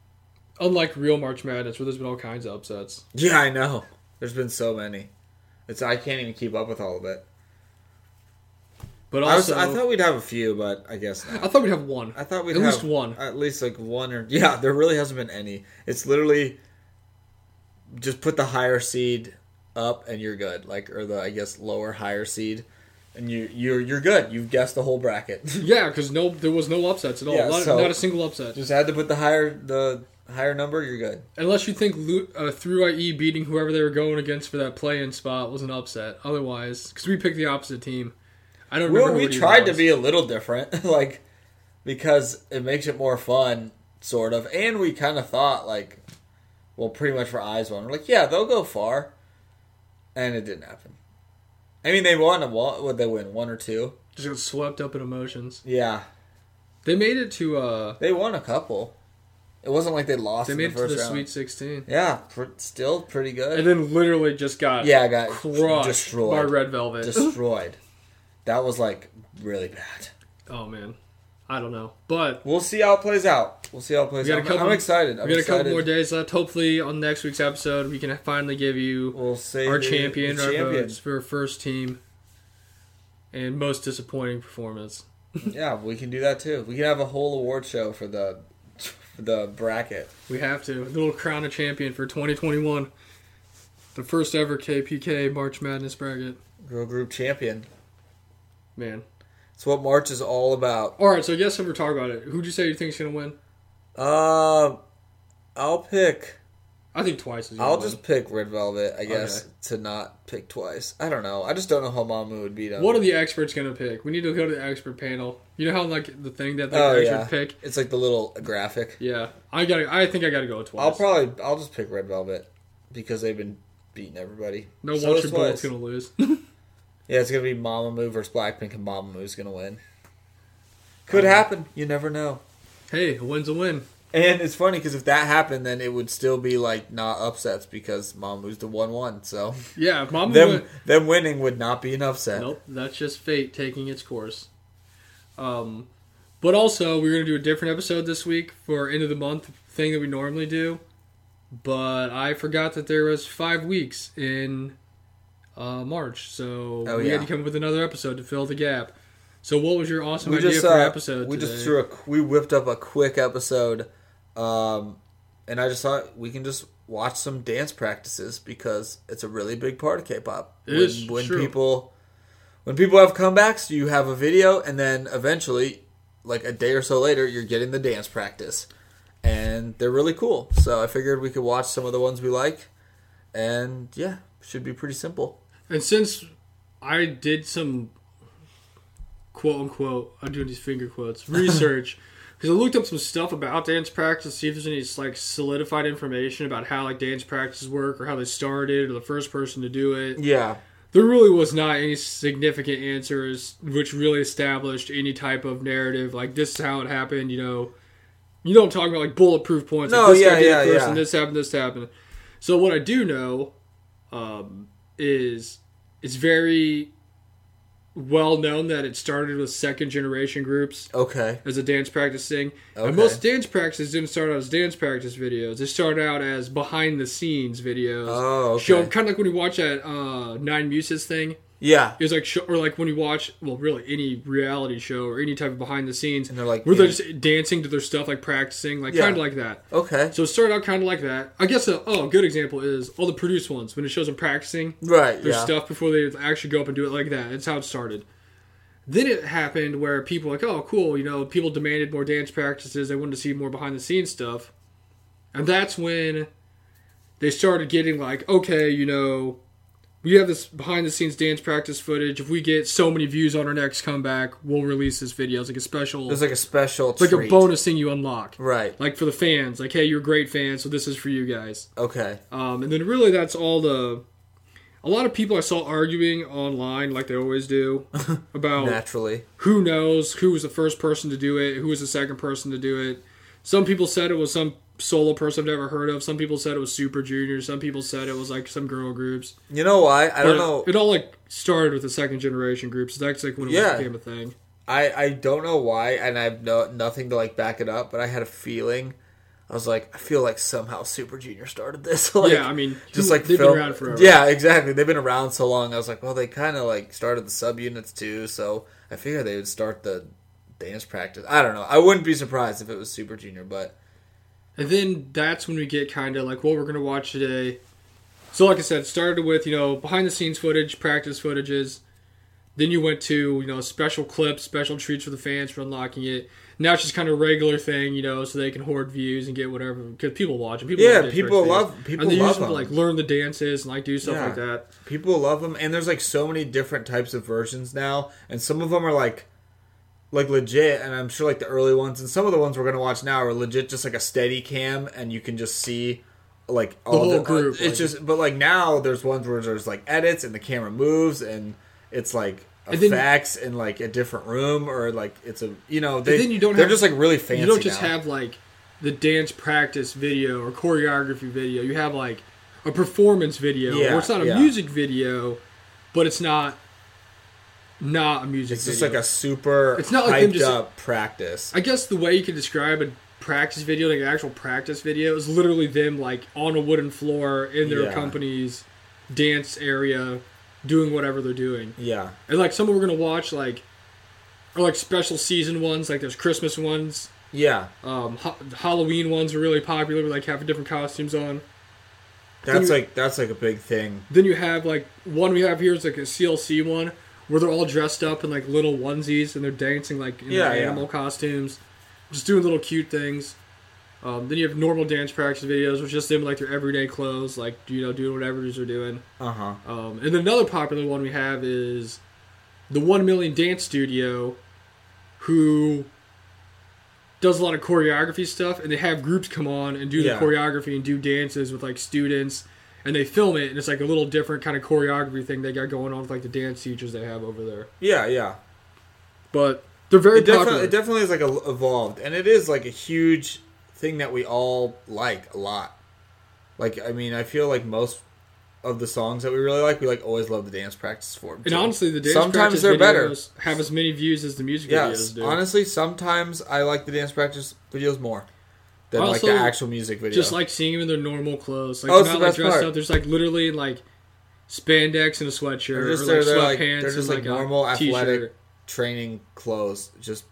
Speaker 2: Unlike real March Madness, where there's been all kinds of upsets.
Speaker 1: Yeah, I know. There's been so many. It's I can't even keep up with all of it.
Speaker 2: But
Speaker 1: I, was,
Speaker 2: also,
Speaker 1: I thought we'd have a few, but I guess not.
Speaker 2: we'd have one.
Speaker 1: I thought we'd
Speaker 2: At
Speaker 1: have
Speaker 2: least one.
Speaker 1: at least like one or yeah. There really hasn't been any. It's literally just put the higher seed up and you're good. Like or the I guess lower higher seed, and you you're you're good. You've guessed the whole bracket.
Speaker 2: Yeah, because no, there was no upsets at all.
Speaker 1: Yeah,
Speaker 2: not,
Speaker 1: so-
Speaker 2: not a single upset.
Speaker 1: Just had to put the higher the higher number. You're good.
Speaker 2: Unless you think Lu- uh, through IE beating whoever they were going against for that play-in spot was an upset. Otherwise, because we picked the opposite team. I don't
Speaker 1: Well,
Speaker 2: remember.
Speaker 1: we
Speaker 2: who it even
Speaker 1: tried to
Speaker 2: was.
Speaker 1: be a little different, like because it makes it more fun, sort of. And we kind of thought like, well, pretty much for eyes one, we're like, yeah, they'll go far, and it didn't happen. I mean, they won a what? Would they win one or two?
Speaker 2: just got swept up in emotions.
Speaker 1: Yeah,
Speaker 2: They made it to uh,
Speaker 1: they won a couple. It wasn't like they lost.
Speaker 2: they
Speaker 1: in the
Speaker 2: made it to
Speaker 1: first
Speaker 2: the
Speaker 1: round.
Speaker 2: Sweet Sixteen,
Speaker 1: Yeah, pr- still pretty good.
Speaker 2: and then literally just got
Speaker 1: yeah, I got
Speaker 2: crushed
Speaker 1: destroyed.
Speaker 2: by Red Velvet.
Speaker 1: destroyed. That was like really bad.
Speaker 2: oh man, I don't know, but
Speaker 1: We'll see how it plays out. We'll see how it plays
Speaker 2: We got
Speaker 1: out.
Speaker 2: a couple-
Speaker 1: I'm excited. I'm
Speaker 2: we got a
Speaker 1: excited.
Speaker 2: couple more days left. Hopefully, on next week's episode, we can finally give you
Speaker 1: We'll say
Speaker 2: our
Speaker 1: the-
Speaker 2: champion,
Speaker 1: the
Speaker 2: our votes for first team and most disappointing performance.
Speaker 1: yeah, we can do that too. We can have a whole award show for the for the bracket.
Speaker 2: We have to. A little crown of champion for 2021. The first ever KPK March Madness bracket.
Speaker 1: Girl group champion.
Speaker 2: Man.
Speaker 1: It's what March is all about.
Speaker 2: All right, so I guess if we're talking about it, who do you say you think's going to win?
Speaker 1: Uh, I'll pick.
Speaker 2: I think twice is gonna
Speaker 1: I'll
Speaker 2: win.
Speaker 1: just pick Red Velvet. I guess to not pick twice. I don't know. I just don't know how Mamu would beat him.
Speaker 2: What are the experts going to pick? We need to go to the expert panel. You know how, like, the thing that the
Speaker 1: Oh,
Speaker 2: expert
Speaker 1: yeah.
Speaker 2: pick?
Speaker 1: It's like the little graphic.
Speaker 2: Yeah. I gotta. I think I got to go with twice.
Speaker 1: I'll probably. I'll just pick Red Velvet because they've been beating everybody.
Speaker 2: no
Speaker 1: So
Speaker 2: Walter
Speaker 1: is
Speaker 2: Bullock's
Speaker 1: Twice.
Speaker 2: going to lose.
Speaker 1: Yeah, it's gonna be Mamamoo versus Blackpink, and Mamamoo's gonna win. Could happen. You never know.
Speaker 2: hey, a win's a win.
Speaker 1: And it's funny because if that happened, then it would still be like not upsets because Mamamoo's the one-one. So
Speaker 2: Yeah, if Mama
Speaker 1: them
Speaker 2: win-
Speaker 1: them winning would not be an upset.
Speaker 2: Nope, that's just fate taking its course. Um, but also we're gonna do a different episode this week for end of the month thing that we normally do. But I forgot that there was five weeks in uh, March, so
Speaker 1: Oh,
Speaker 2: we had
Speaker 1: yeah.
Speaker 2: to come up with another episode to fill the gap. So what was your awesome
Speaker 1: We
Speaker 2: idea
Speaker 1: just
Speaker 2: for
Speaker 1: uh,
Speaker 2: episode?
Speaker 1: we
Speaker 2: today?
Speaker 1: just threw a we whipped up a quick episode, um, and I just thought we can just watch some dance practices because it's a really big part of K-pop.
Speaker 2: It
Speaker 1: when,
Speaker 2: is
Speaker 1: when
Speaker 2: true.
Speaker 1: people when people have comebacks, you have a video, and then eventually, like a day or so later, you're getting the dance practice, and they're really cool. So I figured we could watch some of the ones we like, and yeah, should be pretty simple.
Speaker 2: And since I did some quote unquote, I'm doing these finger quotes, research, because I looked up some stuff about dance practice, see if there's any like solidified information about how like dance practices work or how they started or the first person to do it.
Speaker 1: Yeah,
Speaker 2: There really was not any significant answers which really established any type of narrative like this is how it happened, you know. You know, I'm talking about like bulletproof points.
Speaker 1: No,
Speaker 2: like, this
Speaker 1: yeah,
Speaker 2: guy did it
Speaker 1: yeah,
Speaker 2: first,
Speaker 1: yeah.
Speaker 2: And this happened. This happened. So what I do know um, is it's very well known that it started with second generation groups
Speaker 1: Okay.
Speaker 2: as a dance practice thing.
Speaker 1: Okay.
Speaker 2: And most dance practices didn't start out as dance practice videos. They start out as behind the scenes videos.
Speaker 1: Oh, okay.
Speaker 2: Show kind of like when you watch that uh, Nine Muses thing.
Speaker 1: Yeah.
Speaker 2: It's like show, or like when you watch well, really any reality show or any type of behind the scenes,
Speaker 1: And they're like,
Speaker 2: where they're
Speaker 1: in-
Speaker 2: just dancing to their stuff, like practicing, like
Speaker 1: Yeah.
Speaker 2: kind of like that.
Speaker 1: Okay.
Speaker 2: So it started out kind of like that. I guess a oh, a good example is all the produced ones when it shows them practicing
Speaker 1: Right.
Speaker 2: their
Speaker 1: Yeah.
Speaker 2: stuff before they actually go up and do it like that. That's how it started. Then it happened where people were like, oh, cool, you know, people demanded more dance practices. They wanted to see more behind the scenes stuff. And that's when they started getting like, okay, you know, we have this behind the scenes dance practice footage. If we get so many views on our next comeback, we'll release this video. It's like a special,
Speaker 1: There's like a special.
Speaker 2: like a
Speaker 1: treat.
Speaker 2: bonus thing you unlock.
Speaker 1: Right.
Speaker 2: Like for the fans, like, hey, you're great fans, so this is for you guys.
Speaker 1: Okay.
Speaker 2: Um, and then really, that's all the. A lot of people I saw arguing online, like they always do, about
Speaker 1: Naturally.
Speaker 2: who knows who was the first person to do it, who was the second person to do it. Some people said it was some solo person I've never heard of. Some people said it was Super Junior. Some people said it was like some girl groups.
Speaker 1: You know why? I
Speaker 2: But
Speaker 1: don't know.
Speaker 2: It all like started with the second generation groups. that's like when it
Speaker 1: Yeah.
Speaker 2: became a thing.
Speaker 1: I I don't know why, and I've no nothing to like back it up, but I had a feeling. I was like, I feel like somehow Super Junior started this. like,
Speaker 2: yeah, I mean,
Speaker 1: just like
Speaker 2: they've
Speaker 1: film-
Speaker 2: been around forever.
Speaker 1: Yeah, exactly. They've been around so long. I was like, well, they kind of like started the subunits too, so I figured they would start the dance practice. I don't know. I wouldn't be surprised if it was Super Junior, but
Speaker 2: And then that's when we get kind of like what we're going to watch today. So, like I said, started with, you know, behind the scenes footage, practice footages. Then you went to, you know, special clips, special treats for the fans for unlocking it. Now it's just kind of a regular thing, you know, so they can hoard views and get whatever. Because people watch it. People
Speaker 1: Yeah,
Speaker 2: get
Speaker 1: people
Speaker 2: first views.
Speaker 1: love- people
Speaker 2: And they
Speaker 1: love
Speaker 2: use them to,
Speaker 1: them.
Speaker 2: like, learn the dances and, like, do stuff
Speaker 1: Yeah.
Speaker 2: like that.
Speaker 1: people love them, and there's like so many different types of versions now, and some of them are like. Like legit, and I'm sure like the early ones, and some of the ones we're gonna watch now are legit, just like a steady cam, and you can just see like all
Speaker 2: whole
Speaker 1: the uh,
Speaker 2: group,
Speaker 1: It's
Speaker 2: like-
Speaker 1: just, but like now there's ones where there's like edits, and the camera moves, and it's like
Speaker 2: And then-
Speaker 1: effects in like a different room, or like it's a you know they
Speaker 2: then you don't
Speaker 1: they're
Speaker 2: have-
Speaker 1: just like really fancy.
Speaker 2: You don't just
Speaker 1: now.
Speaker 2: have, like, the dance practice video or choreography video. You have, like, a performance video.
Speaker 1: Yeah,
Speaker 2: or it's not a
Speaker 1: yeah.
Speaker 2: music video, but it's not not a music
Speaker 1: it's
Speaker 2: video.
Speaker 1: just like a super
Speaker 2: It's not like them
Speaker 1: hyped
Speaker 2: just-
Speaker 1: up practice.
Speaker 2: I guess the way you could describe a practice video, like an actual practice video, is literally them like on a wooden floor in their
Speaker 1: Yeah.
Speaker 2: company's dance area, doing whatever they're doing.
Speaker 1: yeah,
Speaker 2: And like some we're gonna watch like are like special season ones, like there's Christmas ones,
Speaker 1: yeah.
Speaker 2: um, ha- Halloween ones are really popular. Like have different costumes on.
Speaker 1: That's
Speaker 2: you-
Speaker 1: like that's like a big thing.
Speaker 2: Then you have like one we have here is like a CLC one where they're all dressed up in like little onesies and they're dancing like in
Speaker 1: Yeah,
Speaker 2: their
Speaker 1: yeah.
Speaker 2: animal costumes, just doing little cute things. Um, then you have normal dance practice videos, which just them in, like their everyday clothes, like you know doing whatever it is they're doing.
Speaker 1: Uh huh.
Speaker 2: Um, and then another popular one we have is the One Million Dance Studio, who does a lot of choreography stuff, and they have groups come on and do
Speaker 1: Yeah.
Speaker 2: the choreography and do dances with like students, and they film it, and it's like a little different kind of choreography thing they got going on with like the dance teachers they have over there.
Speaker 1: Yeah, yeah.
Speaker 2: But they're very
Speaker 1: it
Speaker 2: popular.
Speaker 1: definitely, it definitely is like a, evolved, and it is like a huge thing that we all like a lot. Like, I mean, I feel like most of the songs that we really like, we like always love the dance practice for. 'em,
Speaker 2: and
Speaker 1: too.
Speaker 2: honestly, the dance
Speaker 1: sometimes
Speaker 2: practice
Speaker 1: they're better.
Speaker 2: videos have as many views as the music
Speaker 1: Yes,
Speaker 2: videos do.
Speaker 1: honestly, sometimes I like the dance practice videos more than like the
Speaker 2: Also,
Speaker 1: actual music video.
Speaker 2: Just like seeing them in their normal clothes. Like
Speaker 1: Oh,
Speaker 2: they're
Speaker 1: it's
Speaker 2: not
Speaker 1: the
Speaker 2: like
Speaker 1: best
Speaker 2: dressed
Speaker 1: part.
Speaker 2: up. There's like literally in, like spandex and a sweatshirt
Speaker 1: they're just,
Speaker 2: or
Speaker 1: they're, they're, like,
Speaker 2: like sweatpants
Speaker 1: they're
Speaker 2: and
Speaker 1: just
Speaker 2: like,
Speaker 1: like
Speaker 2: a
Speaker 1: normal athletic
Speaker 2: t-shirt.
Speaker 1: training clothes. Just,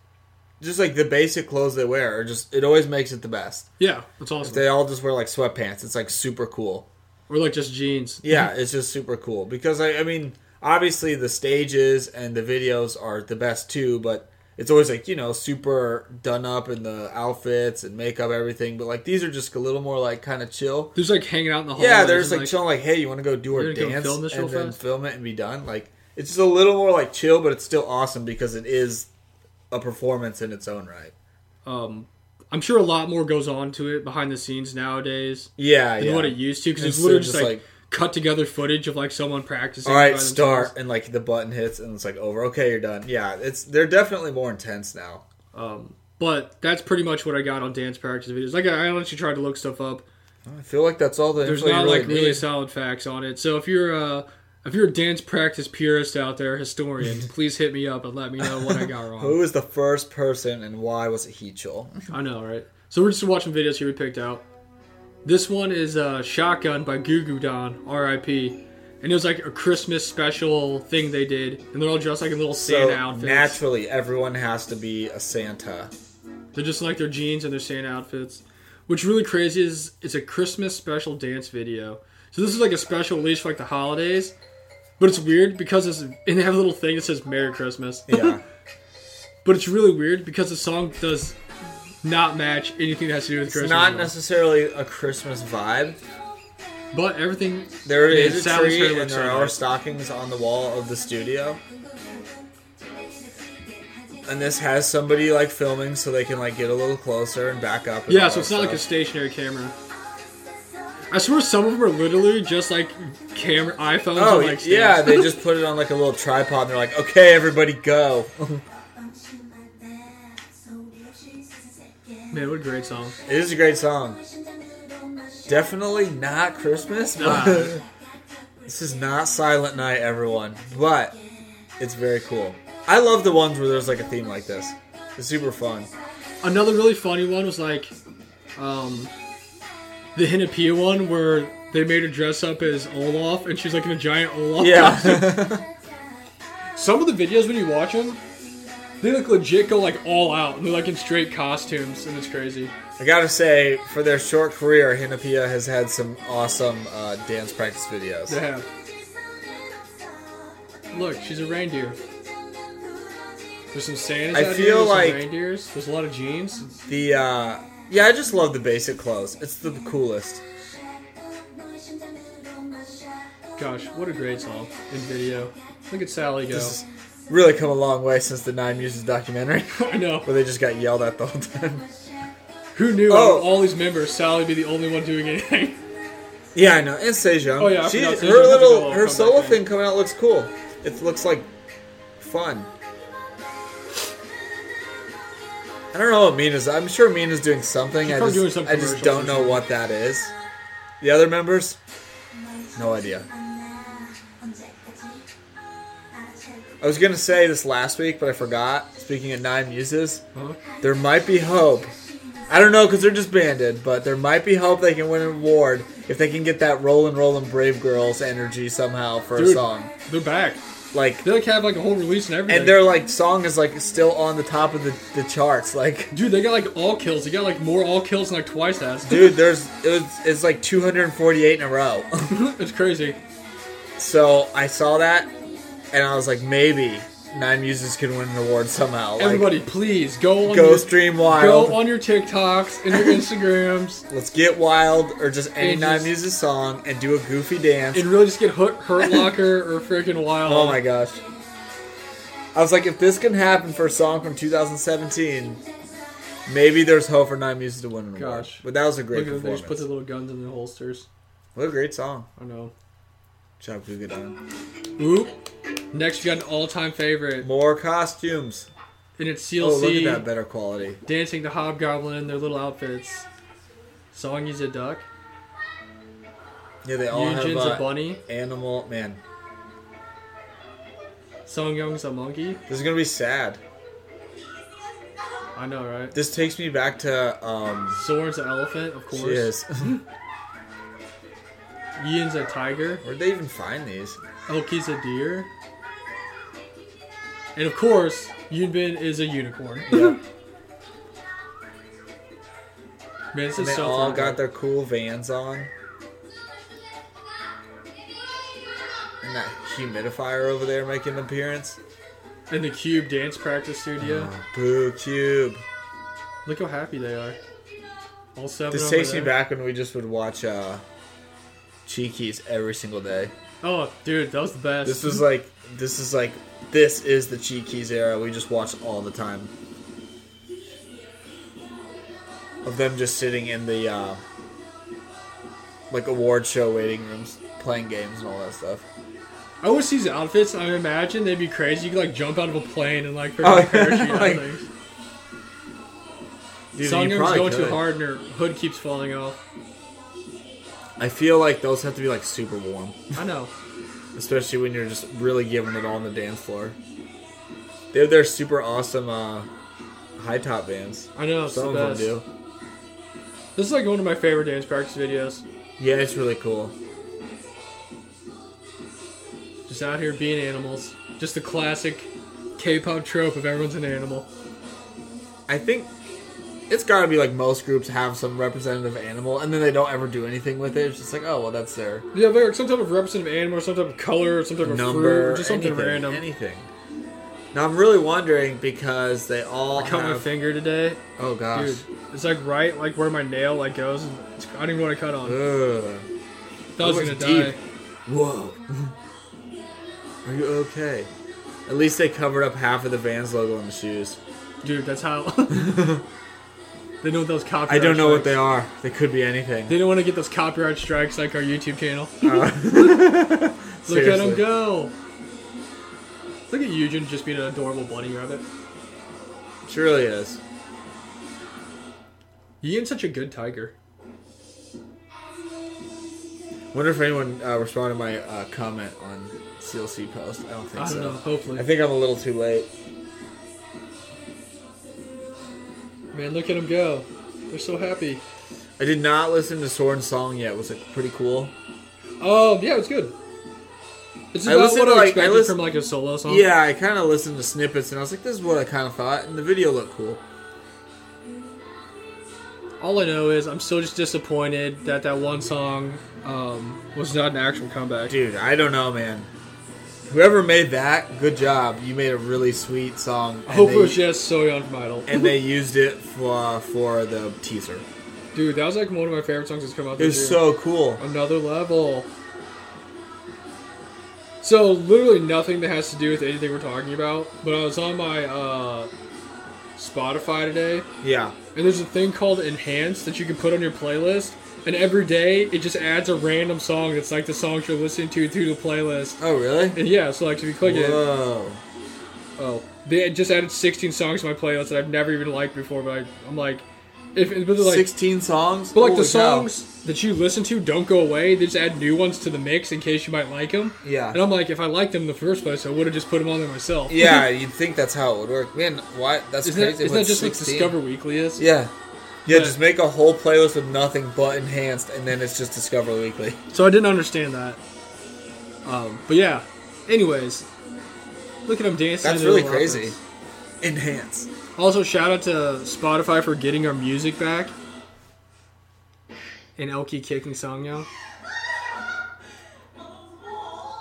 Speaker 1: just like the basic clothes they wear. Are just it always makes it the best.
Speaker 2: Yeah, that's awesome.
Speaker 1: They all just wear like sweatpants. It's like super cool.
Speaker 2: or like just jeans.
Speaker 1: Yeah, it's just super cool because I, I mean, obviously the stages and the videos are the best too, but it's always like you know super done up in the outfits and makeup everything. But like these are just a little more like kind of chill.
Speaker 2: There's like hanging out in the hall.
Speaker 1: Yeah,
Speaker 2: there's
Speaker 1: there's like, chilling. Like, hey, you want to go do
Speaker 2: You're
Speaker 1: our
Speaker 2: gonna go
Speaker 1: dance
Speaker 2: film this real
Speaker 1: and then
Speaker 2: fast?
Speaker 1: film it and be done? Like it's just a little more like chill, but it's still awesome because it is a performance in its own right.
Speaker 2: um, I'm sure a lot more goes on to it behind the scenes nowadays
Speaker 1: Yeah,
Speaker 2: than
Speaker 1: yeah.
Speaker 2: what it used to because it's
Speaker 1: Instead
Speaker 2: literally
Speaker 1: of
Speaker 2: just
Speaker 1: just,
Speaker 2: like,
Speaker 1: like-
Speaker 2: cut together footage of like someone practicing.
Speaker 1: All right,
Speaker 2: by
Speaker 1: start
Speaker 2: themselves.
Speaker 1: and like the button hits and it's like over. Okay, you're done. Yeah, it's they're definitely more intense now.
Speaker 2: Um, But that's pretty much what I got on dance practice videos. Like I I honestly tried to look stuff up.
Speaker 1: I feel like that's all the
Speaker 2: There's
Speaker 1: info you
Speaker 2: not
Speaker 1: really
Speaker 2: like really
Speaker 1: need.
Speaker 2: solid facts on it. So if you're uh if you're a dance practice purist out there, historian, please hit me up and let me know what I got wrong.
Speaker 1: Who was the first person and why was it Heechul?
Speaker 2: I know, right? So we're just watching videos here we picked out. This one is uh, Shotgun by Goo Goo Don, R.I.P. And it was like a Christmas special thing they did, and they're all dressed like in little Santa
Speaker 1: So
Speaker 2: outfits.
Speaker 1: naturally, everyone has to be a Santa.
Speaker 2: they're just in, like their jeans and their Santa outfits. What's really crazy is it's a Christmas special dance video. So this is like a special release for like the holidays, but it's weird because it's and they have a little thing that says Merry Christmas.
Speaker 1: Yeah.
Speaker 2: but it's really weird because the song does not match anything that has to do with
Speaker 1: it's
Speaker 2: Christmas.
Speaker 1: not
Speaker 2: at all.
Speaker 1: necessarily a Christmas vibe.
Speaker 2: But everything
Speaker 1: There
Speaker 2: Yeah,
Speaker 1: is
Speaker 2: it
Speaker 1: a
Speaker 2: sounds very
Speaker 1: tree
Speaker 2: much
Speaker 1: and there
Speaker 2: like
Speaker 1: are
Speaker 2: that.
Speaker 1: stockings on the wall of the studio. And this has somebody like filming so they can like get a little closer and back up. and
Speaker 2: Yeah,
Speaker 1: all
Speaker 2: so it's
Speaker 1: that
Speaker 2: not like a
Speaker 1: stuff.
Speaker 2: stationary camera. I swear some of them are literally just like camera iPhones.
Speaker 1: Oh
Speaker 2: and, like,
Speaker 1: yeah,
Speaker 2: stands.
Speaker 1: they just put it on like a little tripod and they're like, "Okay, everybody go."
Speaker 2: Man, what a great song.
Speaker 1: it is a great song. Definitely not Christmas. but-
Speaker 2: Nah.
Speaker 1: this is not Silent Night, everyone, but it's very cool. I love the ones where there's like a theme like this. It's super fun.
Speaker 2: Another really funny one was like um, the Hinapia one where they made her dress up as Olaf and she's like in a giant Olaf. costume. some of the videos when you watch them, they like legit go like all out and they're like in straight costumes and it's crazy.
Speaker 1: I gotta say, for their short career, Hinapia has had some awesome uh, dance practice videos.
Speaker 2: They have. Look, she's a reindeer. There's some Santas
Speaker 1: I
Speaker 2: out
Speaker 1: feel
Speaker 2: here. There's
Speaker 1: like-
Speaker 2: some reindeers. There's a lot of jeans.
Speaker 1: The uh, yeah, I just love the basic clothes. It's the coolest.
Speaker 2: Gosh, what a great song and video. Look at Sally go.
Speaker 1: This has really come a long way since the Nine Muses documentary,
Speaker 2: I know.
Speaker 1: where they just got yelled at the whole time.
Speaker 2: Who knew
Speaker 1: Oh.
Speaker 2: out of all these members, Sally would be the only one doing anything?
Speaker 1: Yeah, I know. And Sejong.
Speaker 2: Oh, yeah, I
Speaker 1: she,
Speaker 2: forgot
Speaker 1: her
Speaker 2: Sejong. That's a good
Speaker 1: little
Speaker 2: little
Speaker 1: her
Speaker 2: comeback
Speaker 1: solo
Speaker 2: band.
Speaker 1: thing coming out looks cool. It looks like fun. I don't know what Mina's. I'm sure Mina's doing something.
Speaker 2: She's
Speaker 1: I
Speaker 2: probably
Speaker 1: just,
Speaker 2: doing some
Speaker 1: I just
Speaker 2: commercials
Speaker 1: don't
Speaker 2: or
Speaker 1: know
Speaker 2: something.
Speaker 1: what that is. The other members, Oh, no idea. I was gonna say this last week, but I forgot. Speaking of nine muses,
Speaker 2: Huh?
Speaker 1: there might be hope. I don't know because they're just banded, but there might be hope they can win an award if they can get that "Rollin' Rollin' Brave Girls" energy somehow for a
Speaker 2: Dude.
Speaker 1: song.
Speaker 2: They're back.
Speaker 1: Like,
Speaker 2: They like have like a whole release and everything.
Speaker 1: and their like song is like still on the top of the, the charts. Like,
Speaker 2: Dude, they got like all kills. They got like more all kills than like twice that.
Speaker 1: dude, there's it was, it's like 248 in a row.
Speaker 2: it's crazy.
Speaker 1: so I saw that, and I was like, maybe Nine Muses can win an award somehow. Like,
Speaker 2: Everybody, please go on
Speaker 1: go
Speaker 2: your,
Speaker 1: stream
Speaker 2: go
Speaker 1: wild.
Speaker 2: on your TikToks and your Instagrams.
Speaker 1: Let's get wild, or just any
Speaker 2: And
Speaker 1: Nine
Speaker 2: just-
Speaker 1: Muses song, and do a goofy dance.
Speaker 2: and really just get hurt, hurt locker or freaking wild.
Speaker 1: Oh my gosh. I was like, if this can happen for a song from 2017, maybe there's hope for Nine Muses to win an award.
Speaker 2: Gosh.
Speaker 1: But that was a great
Speaker 2: Look at them, they just put
Speaker 1: performance.
Speaker 2: the little guns in their holsters.
Speaker 1: What a great song.
Speaker 2: I know.
Speaker 1: Job Guga done.
Speaker 2: Oop. Next, you got an all-time favorite,
Speaker 1: More costumes.
Speaker 2: and it's
Speaker 1: Oh, look at
Speaker 2: CLC
Speaker 1: that better quality.
Speaker 2: dancing to Hobgoblin in their little outfits. Songy's a duck.
Speaker 1: Yeah, they all
Speaker 2: Yujin's a
Speaker 1: have uh,
Speaker 2: bunny.
Speaker 1: animal. Man,
Speaker 2: Songyong's a monkey.
Speaker 1: this is gonna be sad.
Speaker 2: I know, right?
Speaker 1: This takes me back to um.
Speaker 2: Soren's an elephant, of
Speaker 1: She
Speaker 2: course.
Speaker 1: is.
Speaker 2: Yin's a tiger.
Speaker 1: Where'd they even find these?
Speaker 2: Elki's a deer. And of course, Yunbin is a unicorn.
Speaker 1: Yeah,
Speaker 2: Man, this
Speaker 1: and
Speaker 2: is
Speaker 1: they
Speaker 2: so
Speaker 1: all
Speaker 2: fun.
Speaker 1: got their cool vans on. And that humidifier over there making an appearance.
Speaker 2: in the cube dance practice studio.
Speaker 1: Oh, Boo Cube.
Speaker 2: Look how happy they are. All seven.
Speaker 1: This
Speaker 2: over
Speaker 1: takes me
Speaker 2: there.
Speaker 1: back when we just would watch uh, Cheekies every single day.
Speaker 2: Oh, dude, that was the best.
Speaker 1: This was like, this is like, this is the Cheekies era. We just watched all the time. Of them just sitting in the uh, like award show waiting rooms, playing games and all that stuff.
Speaker 2: I wish these outfits. I imagine they'd be crazy. You could like jump out of a plane and like freaking
Speaker 1: Oh, yeah.
Speaker 2: parachute out of
Speaker 1: Like-
Speaker 2: things.
Speaker 1: Dude, you
Speaker 2: Songyung's
Speaker 1: probably
Speaker 2: going
Speaker 1: could.
Speaker 2: too hard and her hood keeps falling off.
Speaker 1: I feel like those have to be like super warm,
Speaker 2: I know.
Speaker 1: especially when you're just really giving it all on the dance floor. They have their super awesome uh, high top bands.
Speaker 2: I know. It's
Speaker 1: Some
Speaker 2: the
Speaker 1: of them
Speaker 2: best.
Speaker 1: do.
Speaker 2: This is like one of my favorite dance practice videos.
Speaker 1: Yeah, it's really cool.
Speaker 2: Just out here being animals. Just the classic K-pop trope of everyone's an animal.
Speaker 1: I think it's got to be like most groups have some representative animal, and then they don't ever do anything with it. It's just like, oh well, that's their
Speaker 2: Yeah, but like some type of representative animal, some type of color, some type of
Speaker 1: number,
Speaker 2: fruit, just something
Speaker 1: anything,
Speaker 2: random.
Speaker 1: anything. Now I'm really wondering because they all
Speaker 2: Cut my
Speaker 1: have-
Speaker 2: finger today,
Speaker 1: Oh gosh.
Speaker 2: dude. It's like right, like where my nail like goes. And it's, I don't even want to cut on.
Speaker 1: Ugh.
Speaker 2: That was
Speaker 1: Uh, That was
Speaker 2: gonna die.
Speaker 1: deep. Whoa. Are you okay? At least they covered up half of the Vans logo on the shoes.
Speaker 2: Dude, that's how. they know those copyright.
Speaker 1: I don't know what
Speaker 2: strikes.
Speaker 1: they are. They could be anything.
Speaker 2: They don't want to get those copyright strikes like our YouTube channel. Look at
Speaker 1: Seriously.
Speaker 2: him go! Look at Eugen just being an adorable bunny rabbit.
Speaker 1: She really is.
Speaker 2: Eugen's such a good tiger.
Speaker 1: Wonder if anyone uh, responded to my uh, comment on CLC post. I don't think
Speaker 2: I don't
Speaker 1: so.
Speaker 2: know. Hopefully,
Speaker 1: I think I'm a little too late.
Speaker 2: man. Look at him go. They're so happy.
Speaker 1: I did not listen to Soren's song yet. Was it pretty cool?
Speaker 2: Oh yeah, it's good. It's
Speaker 1: I
Speaker 2: about
Speaker 1: listened
Speaker 2: what
Speaker 1: to,
Speaker 2: I
Speaker 1: like- I
Speaker 2: expected
Speaker 1: listened-
Speaker 2: from like a solo song.
Speaker 1: Yeah, I kind of listened to snippets and I was like, this is what I kind of thought. And the video looked cool.
Speaker 2: All I know is I'm still just disappointed that that one song um, was not an actual comeback.
Speaker 1: Dude, I don't know, man. Whoever made that, good job. You made a really sweet song.
Speaker 2: I hope
Speaker 1: and
Speaker 2: it
Speaker 1: they,
Speaker 2: was just Soyeon from Idol.
Speaker 1: and they used it for, for the teaser.
Speaker 2: Dude, that was like one of my favorite songs that's come out
Speaker 1: It
Speaker 2: this
Speaker 1: was
Speaker 2: year.
Speaker 1: so cool.
Speaker 2: Another level. So literally nothing that has to do with anything we're talking about. But I was on my uh, Spotify today,
Speaker 1: Yeah.
Speaker 2: and there's a thing called Enhance that you can put on your playlist, and every day it just adds a random song that's like the songs you're listening to to the playlist.
Speaker 1: Oh, really?
Speaker 2: And yeah, so like if you click it,
Speaker 1: Whoa.
Speaker 2: oh, they had just added 16 songs to my playlist that I've never even liked before. But I, I'm like, if but they're like
Speaker 1: 16 songs?
Speaker 2: But like
Speaker 1: Holy
Speaker 2: the
Speaker 1: cow.
Speaker 2: songs that you listen to don't go away. They just add new ones to the mix in case you might like them.
Speaker 1: Yeah.
Speaker 2: And I'm like, if I liked them in the first place, I would have just put them on there myself.
Speaker 1: Yeah, you'd think that's how it would work. Man, why? That's
Speaker 2: Isn't
Speaker 1: crazy.
Speaker 2: that, isn't
Speaker 1: when
Speaker 2: that just like
Speaker 1: 16
Speaker 2: Discover Weekly is?
Speaker 1: Yeah. Yeah,
Speaker 2: But-
Speaker 1: just make a whole playlist with nothing but enhanced, and then it's just Discover Weekly.
Speaker 2: So I didn't understand that. Um, but yeah. Anyways, look at them dancing.
Speaker 1: That's
Speaker 2: to their
Speaker 1: really
Speaker 2: little
Speaker 1: crazy.
Speaker 2: outfits.
Speaker 1: Enhance.
Speaker 2: Also, shout out to Spotify for getting our music back. And Elkie kicking Songyeon.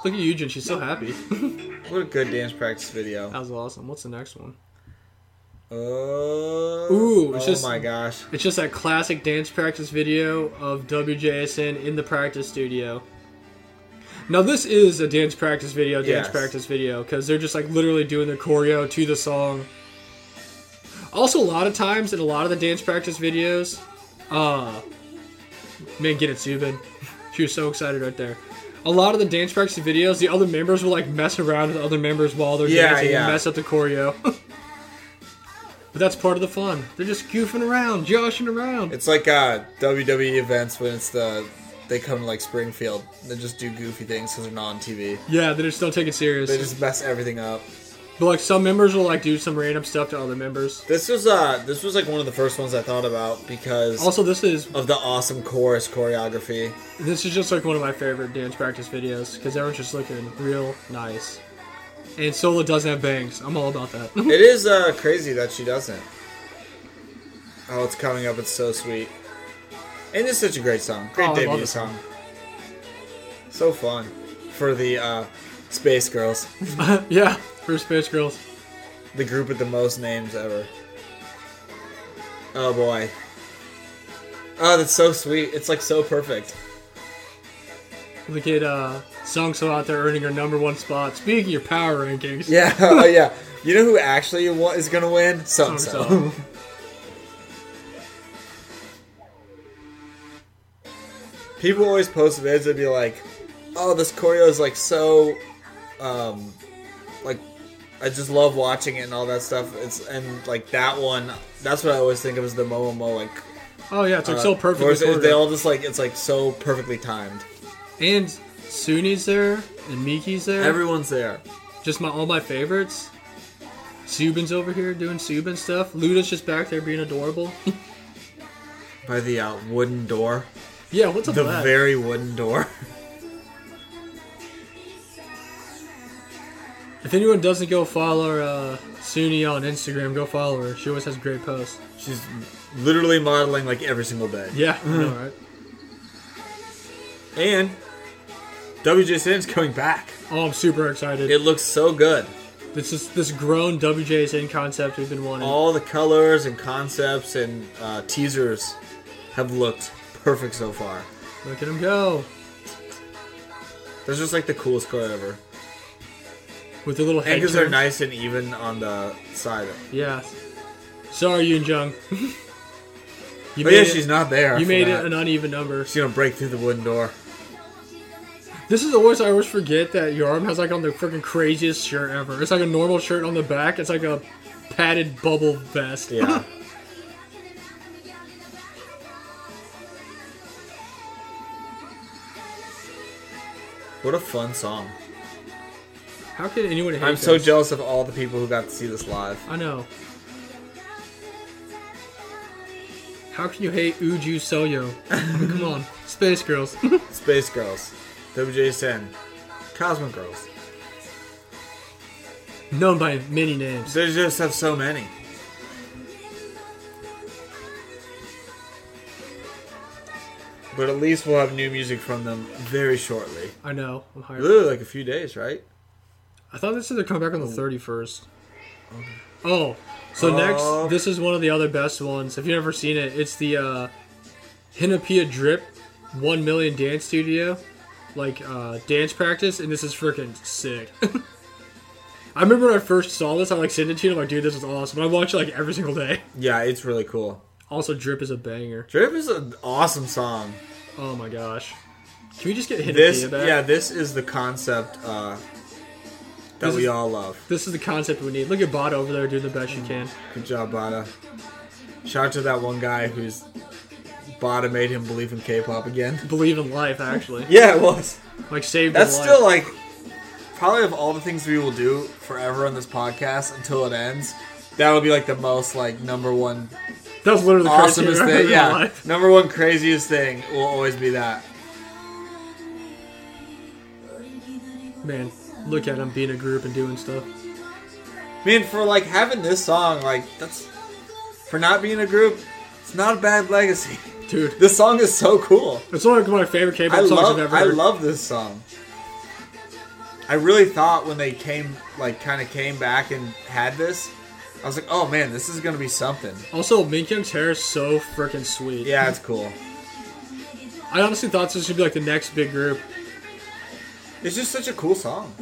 Speaker 2: Look at Yujin, she's so happy.
Speaker 1: What a good dance practice video.
Speaker 2: that was awesome. What's the next one?
Speaker 1: Oh,
Speaker 2: Ooh, it's
Speaker 1: oh
Speaker 2: just-
Speaker 1: my gosh.
Speaker 2: It's just that classic dance practice video of WJSN in the practice studio. Now this is a dance practice video, dance
Speaker 1: Yes.
Speaker 2: practice video, because they're just like literally doing their choreo to the song. Also, a lot of times in a lot of the dance practice videos, uh, man, get it, Subin. She was so excited right there. A lot of the dance practice videos, the other members will like mess around with other members while they're
Speaker 1: Yeah,
Speaker 2: dancing
Speaker 1: yeah.
Speaker 2: and mess up the choreo. but that's part of the fun. They're just goofing around, joshing around.
Speaker 1: It's like uh, WWE events when it's the they come to like Springfield. They just do goofy things because they're not on TV.
Speaker 2: yeah, they just don't take it serious.
Speaker 1: They just mess everything up.
Speaker 2: but like some members will like do some random stuff to other members.
Speaker 1: This was uh this was like one of the first ones I thought about because
Speaker 2: Also, this is
Speaker 1: of the awesome chorus choreography.
Speaker 2: this is just like one of my favorite dance practice videos because everyone's just looking real nice. And Sola doesn't have bangs. I'm all about that.
Speaker 1: It is uh crazy that she doesn't. Oh, it's coming up. It's so sweet. And it's such a great song.
Speaker 2: Oh,
Speaker 1: Great
Speaker 2: I love
Speaker 1: debut
Speaker 2: this
Speaker 1: song. So fun for the uh, Space Girls.
Speaker 2: yeah, for Space Girls.
Speaker 1: the group with the most names ever. Oh boy. Oh, that's so sweet. It's like so perfect.
Speaker 2: Look at uh, Sung So out there earning her number one spot. Speaking of your power rankings,
Speaker 1: Yeah, oh yeah. You know who actually wa- is gonna win? So and so.
Speaker 2: So-and-so.
Speaker 1: People always post vids and be like, "Oh, this choreo is like so, um, like I just love watching it and all that stuff. It's and like that one. That's what I always think of as the Momo like.
Speaker 2: Oh yeah, it's like so
Speaker 1: uh, where it's-
Speaker 2: perfect.
Speaker 1: They all just like it's like so perfectly timed.
Speaker 2: and Suni's there and Miki's there.
Speaker 1: Everyone's there.
Speaker 2: just my all my favorites. Subin's over here doing Subin stuff. Luda's just back there being adorable.
Speaker 1: By the uh, wooden door.
Speaker 2: yeah, what's up
Speaker 1: The
Speaker 2: with that?
Speaker 1: very wooden door.
Speaker 2: if anyone doesn't go follow uh, Suni on Instagram, go follow her. She always has great posts.
Speaker 1: She's literally modeling like every single day.
Speaker 2: Yeah, I
Speaker 1: Mm-hmm.
Speaker 2: know, right?
Speaker 1: And WJ Sin's coming back.
Speaker 2: Oh, I'm super excited.
Speaker 1: It looks so good.
Speaker 2: this is this grown WJSN concept we've been wanting.
Speaker 1: All the colors and concepts and uh, teasers have looked perfect so far.
Speaker 2: Look at him go
Speaker 1: That's just like the coolest color ever.
Speaker 2: with the little
Speaker 1: And
Speaker 2: head.
Speaker 1: because they're
Speaker 2: turns.
Speaker 1: nice and even on the side.
Speaker 2: Yeah. Sorry, Yoon Jung. you
Speaker 1: But yeah,
Speaker 2: made it-
Speaker 1: she's not there.
Speaker 2: You
Speaker 1: I
Speaker 2: made it
Speaker 1: forgot.
Speaker 2: an uneven number.
Speaker 1: She's gonna break through the wooden door.
Speaker 2: This is always I always forget that your arm has like on the freaking craziest shirt ever. It's like a normal shirt on the back. It's like a padded bubble vest.
Speaker 1: Yeah. what a fun song.
Speaker 2: How can anyone hate
Speaker 1: I'm so
Speaker 2: this?
Speaker 1: jealous of all the people who got to see this live.
Speaker 2: I know. How can you hate Uju Soyo? I mean, come on, Space Girls.
Speaker 1: Space Girls, WJSN, Cosmic Girls.
Speaker 2: Known by many names.
Speaker 1: They just have so many. But at least we'll have new music from them very shortly.
Speaker 2: I know. I'm hired.
Speaker 1: Literally like a few days, right?
Speaker 2: I thought this said they're coming back on the 31st. Oh, so
Speaker 1: Oh.
Speaker 2: next, this is one of the other best ones. If you've never seen it, it's the uh, Hinapia Drip 1 Million Dance Studio, like uh, dance practice, and this is freaking sick. I remember when I first saw this, I like sent it to you, and I'm like, dude, this is awesome. I watch it like every single day.
Speaker 1: Yeah, it's really cool.
Speaker 2: Also, Drip is a banger.
Speaker 1: Drip is an awesome song.
Speaker 2: Oh my gosh. Can we just get Hinapia
Speaker 1: This,
Speaker 2: back?
Speaker 1: yeah, this is the concept uh, that
Speaker 2: This
Speaker 1: we
Speaker 2: is-
Speaker 1: all love.
Speaker 2: This is the concept we need. Look at Bot over there doing the best she
Speaker 1: Mm.
Speaker 2: can.
Speaker 1: Good job, Bada. Shout out to that one guy who's Bada made him believe in K-pop again.
Speaker 2: Believe in life, actually.
Speaker 1: Yeah, it was.
Speaker 2: Like, saved her
Speaker 1: That's
Speaker 2: life.
Speaker 1: still like probably of all the things we will do forever on this podcast until it ends. That would be like the most like number one
Speaker 2: That was literally the
Speaker 1: awesomest
Speaker 2: criteria
Speaker 1: thing.
Speaker 2: of my
Speaker 1: Yeah,
Speaker 2: life.
Speaker 1: number one craziest thing will always be that.
Speaker 2: Man, look at him being a group and doing stuff.
Speaker 1: I mean, for like having this song, like that's for not being a group, it's not a bad legacy.
Speaker 2: Dude,
Speaker 1: This song is so cool.
Speaker 2: it's one of my favorite K-pop
Speaker 1: I
Speaker 2: songs
Speaker 1: love,
Speaker 2: I've ever
Speaker 1: I
Speaker 2: heard.
Speaker 1: love this song. I really thought when they came, like, kind of came back and had this, I was like, oh man, this is gonna be something.
Speaker 2: also, Minkyung's hair is so freaking sweet.
Speaker 1: Yeah, it's cool.
Speaker 2: I honestly thought this should be like the next big group.
Speaker 1: It's just such a cool song.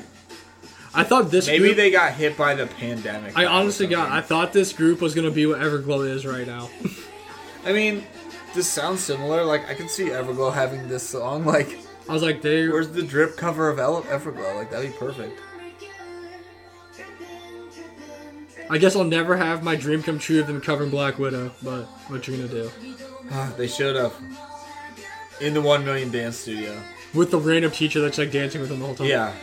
Speaker 2: I thought this
Speaker 1: Maybe
Speaker 2: group,
Speaker 1: they got hit by the pandemic.
Speaker 2: I
Speaker 1: or
Speaker 2: honestly got. I
Speaker 1: something.
Speaker 2: thought this group was gonna be what Everglow is right now.
Speaker 1: I mean, this sounds similar. Like I can see Everglow having this song. Like,
Speaker 2: I was like, they.
Speaker 1: where's the drip cover of El- Everglow? Like that'd be perfect.
Speaker 2: I guess I'll never have my dream come true of them covering Black Widow. But what you gonna do
Speaker 1: Ah, they showed up in the One Million Dance Studio.
Speaker 2: with the random teacher that's like dancing with them the whole time?
Speaker 1: Yeah,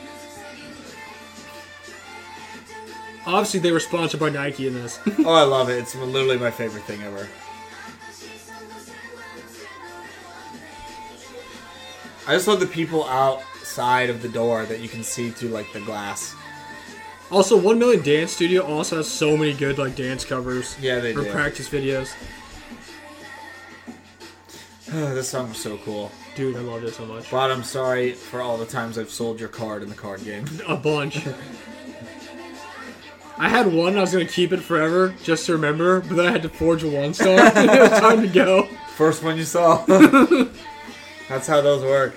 Speaker 2: Obviously, they were sponsored by Nike in this.
Speaker 1: oh, I love it. It's literally my favorite thing ever. I just love the people outside of the door that you can see through like the glass.
Speaker 2: Also, One Million Dance Studio also has so many good like dance covers.
Speaker 1: Yeah, they
Speaker 2: or
Speaker 1: do.
Speaker 2: practice videos.
Speaker 1: Ah, this song was so cool.
Speaker 2: Dude, I loved it so much.
Speaker 1: But I'm sorry for all the times I've sold your card in the card game.
Speaker 2: A bunch. I had one I was gonna keep it forever just to remember, but then I had to forge a one star. it was time to go.
Speaker 1: First one you saw. That's how those work.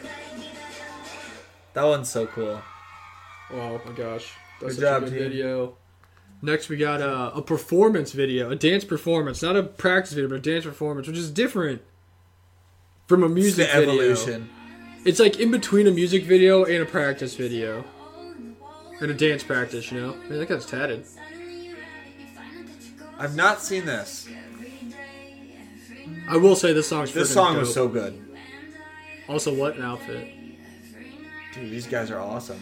Speaker 1: That one's so cool.
Speaker 2: Oh my gosh,
Speaker 1: Good such a job, good team.
Speaker 2: video. Next, we got uh, a performance video, a dance performance, not a practice video, but a dance performance, which is different from a
Speaker 1: It's
Speaker 2: music
Speaker 1: the
Speaker 2: video.
Speaker 1: evolution.
Speaker 2: It's like in between a music video and a practice video. at a dance practice, you know? Man, that guy's tatted.
Speaker 1: I've not seen this.
Speaker 2: I will say this song's
Speaker 1: This
Speaker 2: freaking
Speaker 1: song was
Speaker 2: dope.
Speaker 1: so good.
Speaker 2: Also, what an outfit.
Speaker 1: Dude, these guys are awesome.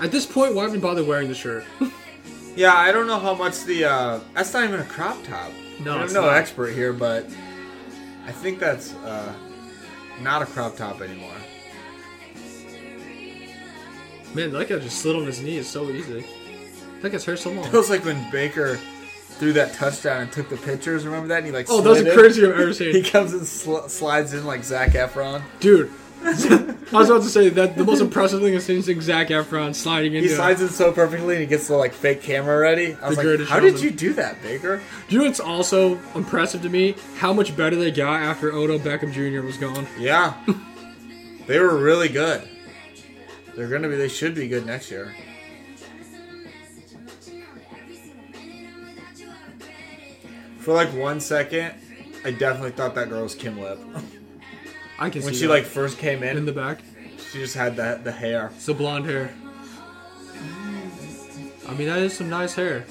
Speaker 2: At this point, why even bother wearing the shirt?
Speaker 1: Yeah, I don't know how much the uh that's not even a crop top.
Speaker 2: No,
Speaker 1: I'm
Speaker 2: it's
Speaker 1: no
Speaker 2: not.
Speaker 1: expert here, but I think that's uh not a crop top anymore.
Speaker 2: Man, that guy just slid on his knees so easy. That guy's hair so
Speaker 1: It
Speaker 2: long.
Speaker 1: was like when Baker threw that touchdown and took the pictures. Remember that? And he like
Speaker 2: Oh, those are
Speaker 1: slid in?
Speaker 2: crazy I've ever
Speaker 1: He
Speaker 2: seen.
Speaker 1: comes and sl- slides in like Zach Efron.
Speaker 2: Dude. I was about to say that the most impressive thing I've seen is Zac Efron sliding
Speaker 1: He
Speaker 2: into.
Speaker 1: slides in so perfectly, and he gets the like fake camera ready. I was like,
Speaker 2: greatest
Speaker 1: how did
Speaker 2: showman."
Speaker 1: you do that, Baker?
Speaker 2: Do you know what's also impressive to me? How much better they got after Odo Beckham Jr. was gone.
Speaker 1: Yeah, they were really good. They're gonna be. They should be good next year. For like one second, I definitely thought that girl was Kim Lip
Speaker 2: I can
Speaker 1: when
Speaker 2: see
Speaker 1: she
Speaker 2: that.
Speaker 1: like first came
Speaker 2: in
Speaker 1: in.
Speaker 2: the back.
Speaker 1: She just had that the hair.
Speaker 2: It's the blonde hair. I mean, that is some nice hair.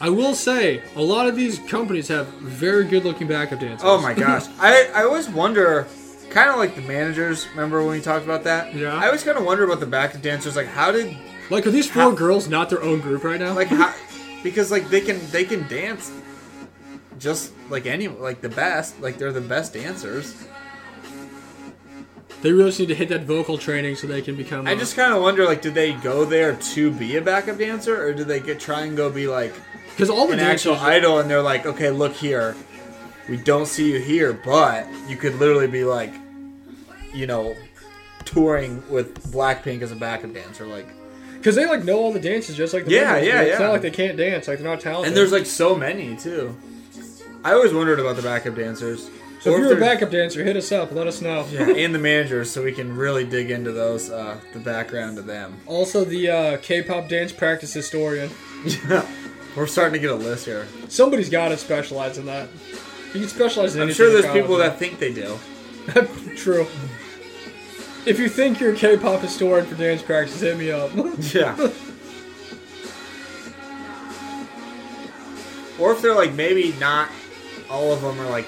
Speaker 2: I will say, a lot of these companies have very good looking backup dancers.
Speaker 1: Oh my gosh. I, I always wonder, kind of like the managers, remember when we talked about that?
Speaker 2: Yeah.
Speaker 1: I always kind of wonder about the backup dancers. Like, how did,
Speaker 2: Like, are these four
Speaker 1: How-
Speaker 2: girls not their own group right now?
Speaker 1: like, how, because, like, they can, they can dance just like any, like the best. Like, they're the best dancers.
Speaker 2: they really just need to hit that vocal training so they can become.
Speaker 1: I
Speaker 2: uh,
Speaker 1: just kind of wonder, like, did they go there to be a backup dancer or did they get, try and go be like
Speaker 2: because all the
Speaker 1: an actual
Speaker 2: dancers.
Speaker 1: idol and they're like, okay, look here. We don't see you here, but you could literally be like, you know, touring with Blackpink as a backup dancer. Like,
Speaker 2: Because they like know all the dances just like the
Speaker 1: Yeah,
Speaker 2: women do.
Speaker 1: yeah,
Speaker 2: It's
Speaker 1: yeah.
Speaker 2: not like they can't dance. Like they're not talented.
Speaker 1: And there's like so many too. I always wondered about the backup dancers.
Speaker 2: so
Speaker 1: Or
Speaker 2: if you're a
Speaker 1: they're-
Speaker 2: backup dancer, hit us up. Let us know.
Speaker 1: yeah, and the managers, so we can really dig into those uh, the background of them.
Speaker 2: Also, the uh, K-pop dance practice historian.
Speaker 1: We're starting to get a list here.
Speaker 2: Somebody's got to specialize in that. You can specialize in
Speaker 1: I'm
Speaker 2: anything
Speaker 1: sure
Speaker 2: in
Speaker 1: there's
Speaker 2: college,
Speaker 1: people
Speaker 2: man.
Speaker 1: that think they do.
Speaker 2: True. If you think you're a K-pop historian for dance practice, hit me up.
Speaker 1: Yeah. or if they're like maybe not all of them are like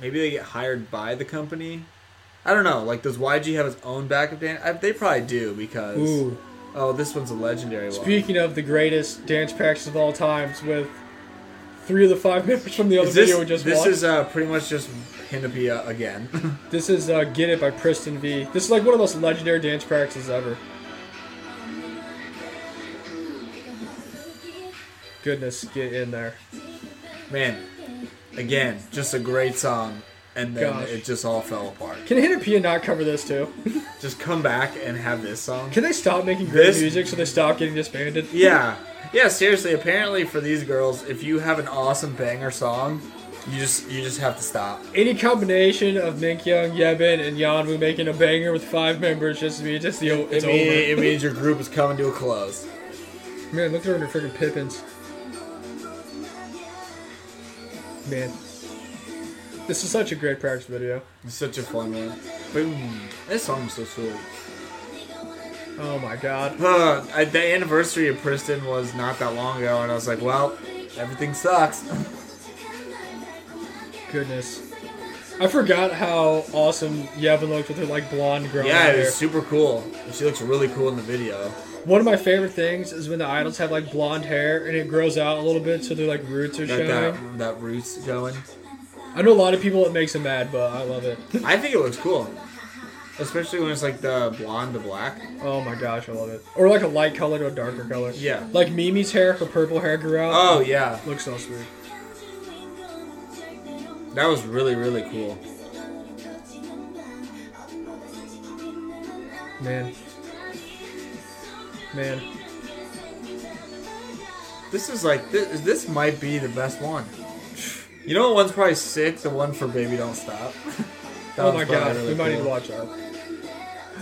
Speaker 1: maybe they get hired by the company. I don't know. Like, does YG have his own backup dance? I, they probably do because.
Speaker 2: Ooh.
Speaker 1: Oh, this one's a legendary one.
Speaker 2: Speaking of the greatest dance practice of all times, with three of the five members from the other
Speaker 1: Is this
Speaker 2: video we just
Speaker 1: this
Speaker 2: watched,
Speaker 1: is uh, pretty much just Hinapia again.
Speaker 2: this is uh, "Get It" by Preston V. This is like one of the most legendary dance practices ever. Goodness, get in there.
Speaker 1: Man, again, just a great song, and then
Speaker 2: Gosh.
Speaker 1: it just all fell apart.
Speaker 2: Can Hit Pia not cover this too?
Speaker 1: Just come back and have this song.
Speaker 2: Can they stop making great
Speaker 1: This-
Speaker 2: music so they stop getting disbanded?
Speaker 1: Yeah, yeah. Seriously, apparently for these girls, if you have an awesome banger song, you just you just have to stop.
Speaker 2: Any combination of Mink Young, Yebin, and Yanwu making a banger with five members just to me, just the
Speaker 1: It,
Speaker 2: it's
Speaker 1: mean- it
Speaker 2: over.
Speaker 1: means your group is coming to a close.
Speaker 2: Man, look at her in her freaking Pippins. Man, this is such a great practice video.
Speaker 1: It's such a fun one. Boom! This song's so sweet.
Speaker 2: Oh my god.
Speaker 1: Uh, I- the anniversary of Princeton was not that long ago, and I was like, well, everything sucks.
Speaker 2: Goodness. I forgot how awesome Yevon looked with her like blonde girl
Speaker 1: Yeah, it
Speaker 2: hair.
Speaker 1: was super cool. And She looks really cool in the video.
Speaker 2: One of my favorite things is when the idols have like blonde hair and it grows out a little bit so their like roots are
Speaker 1: Got
Speaker 2: showing.
Speaker 1: that, that roots going.
Speaker 2: I know a lot of people it makes them mad, but I love it.
Speaker 1: I think it looks cool. Especially when it's like the blonde to black.
Speaker 2: Oh my gosh, I love it. Or like a light color to a darker color.
Speaker 1: Yeah.
Speaker 2: Like Mimi's hair, her purple hair grew out.
Speaker 1: Oh, yeah.
Speaker 2: Looks so sweet.
Speaker 1: That was really, really cool.
Speaker 2: Man. Man.
Speaker 1: This is like, this, this might be the best one. You know, one's probably sick, the one for Baby Don't Stop. That
Speaker 2: oh
Speaker 1: one's
Speaker 2: my
Speaker 1: probably
Speaker 2: god,
Speaker 1: really
Speaker 2: we might need
Speaker 1: cool.
Speaker 2: to watch that.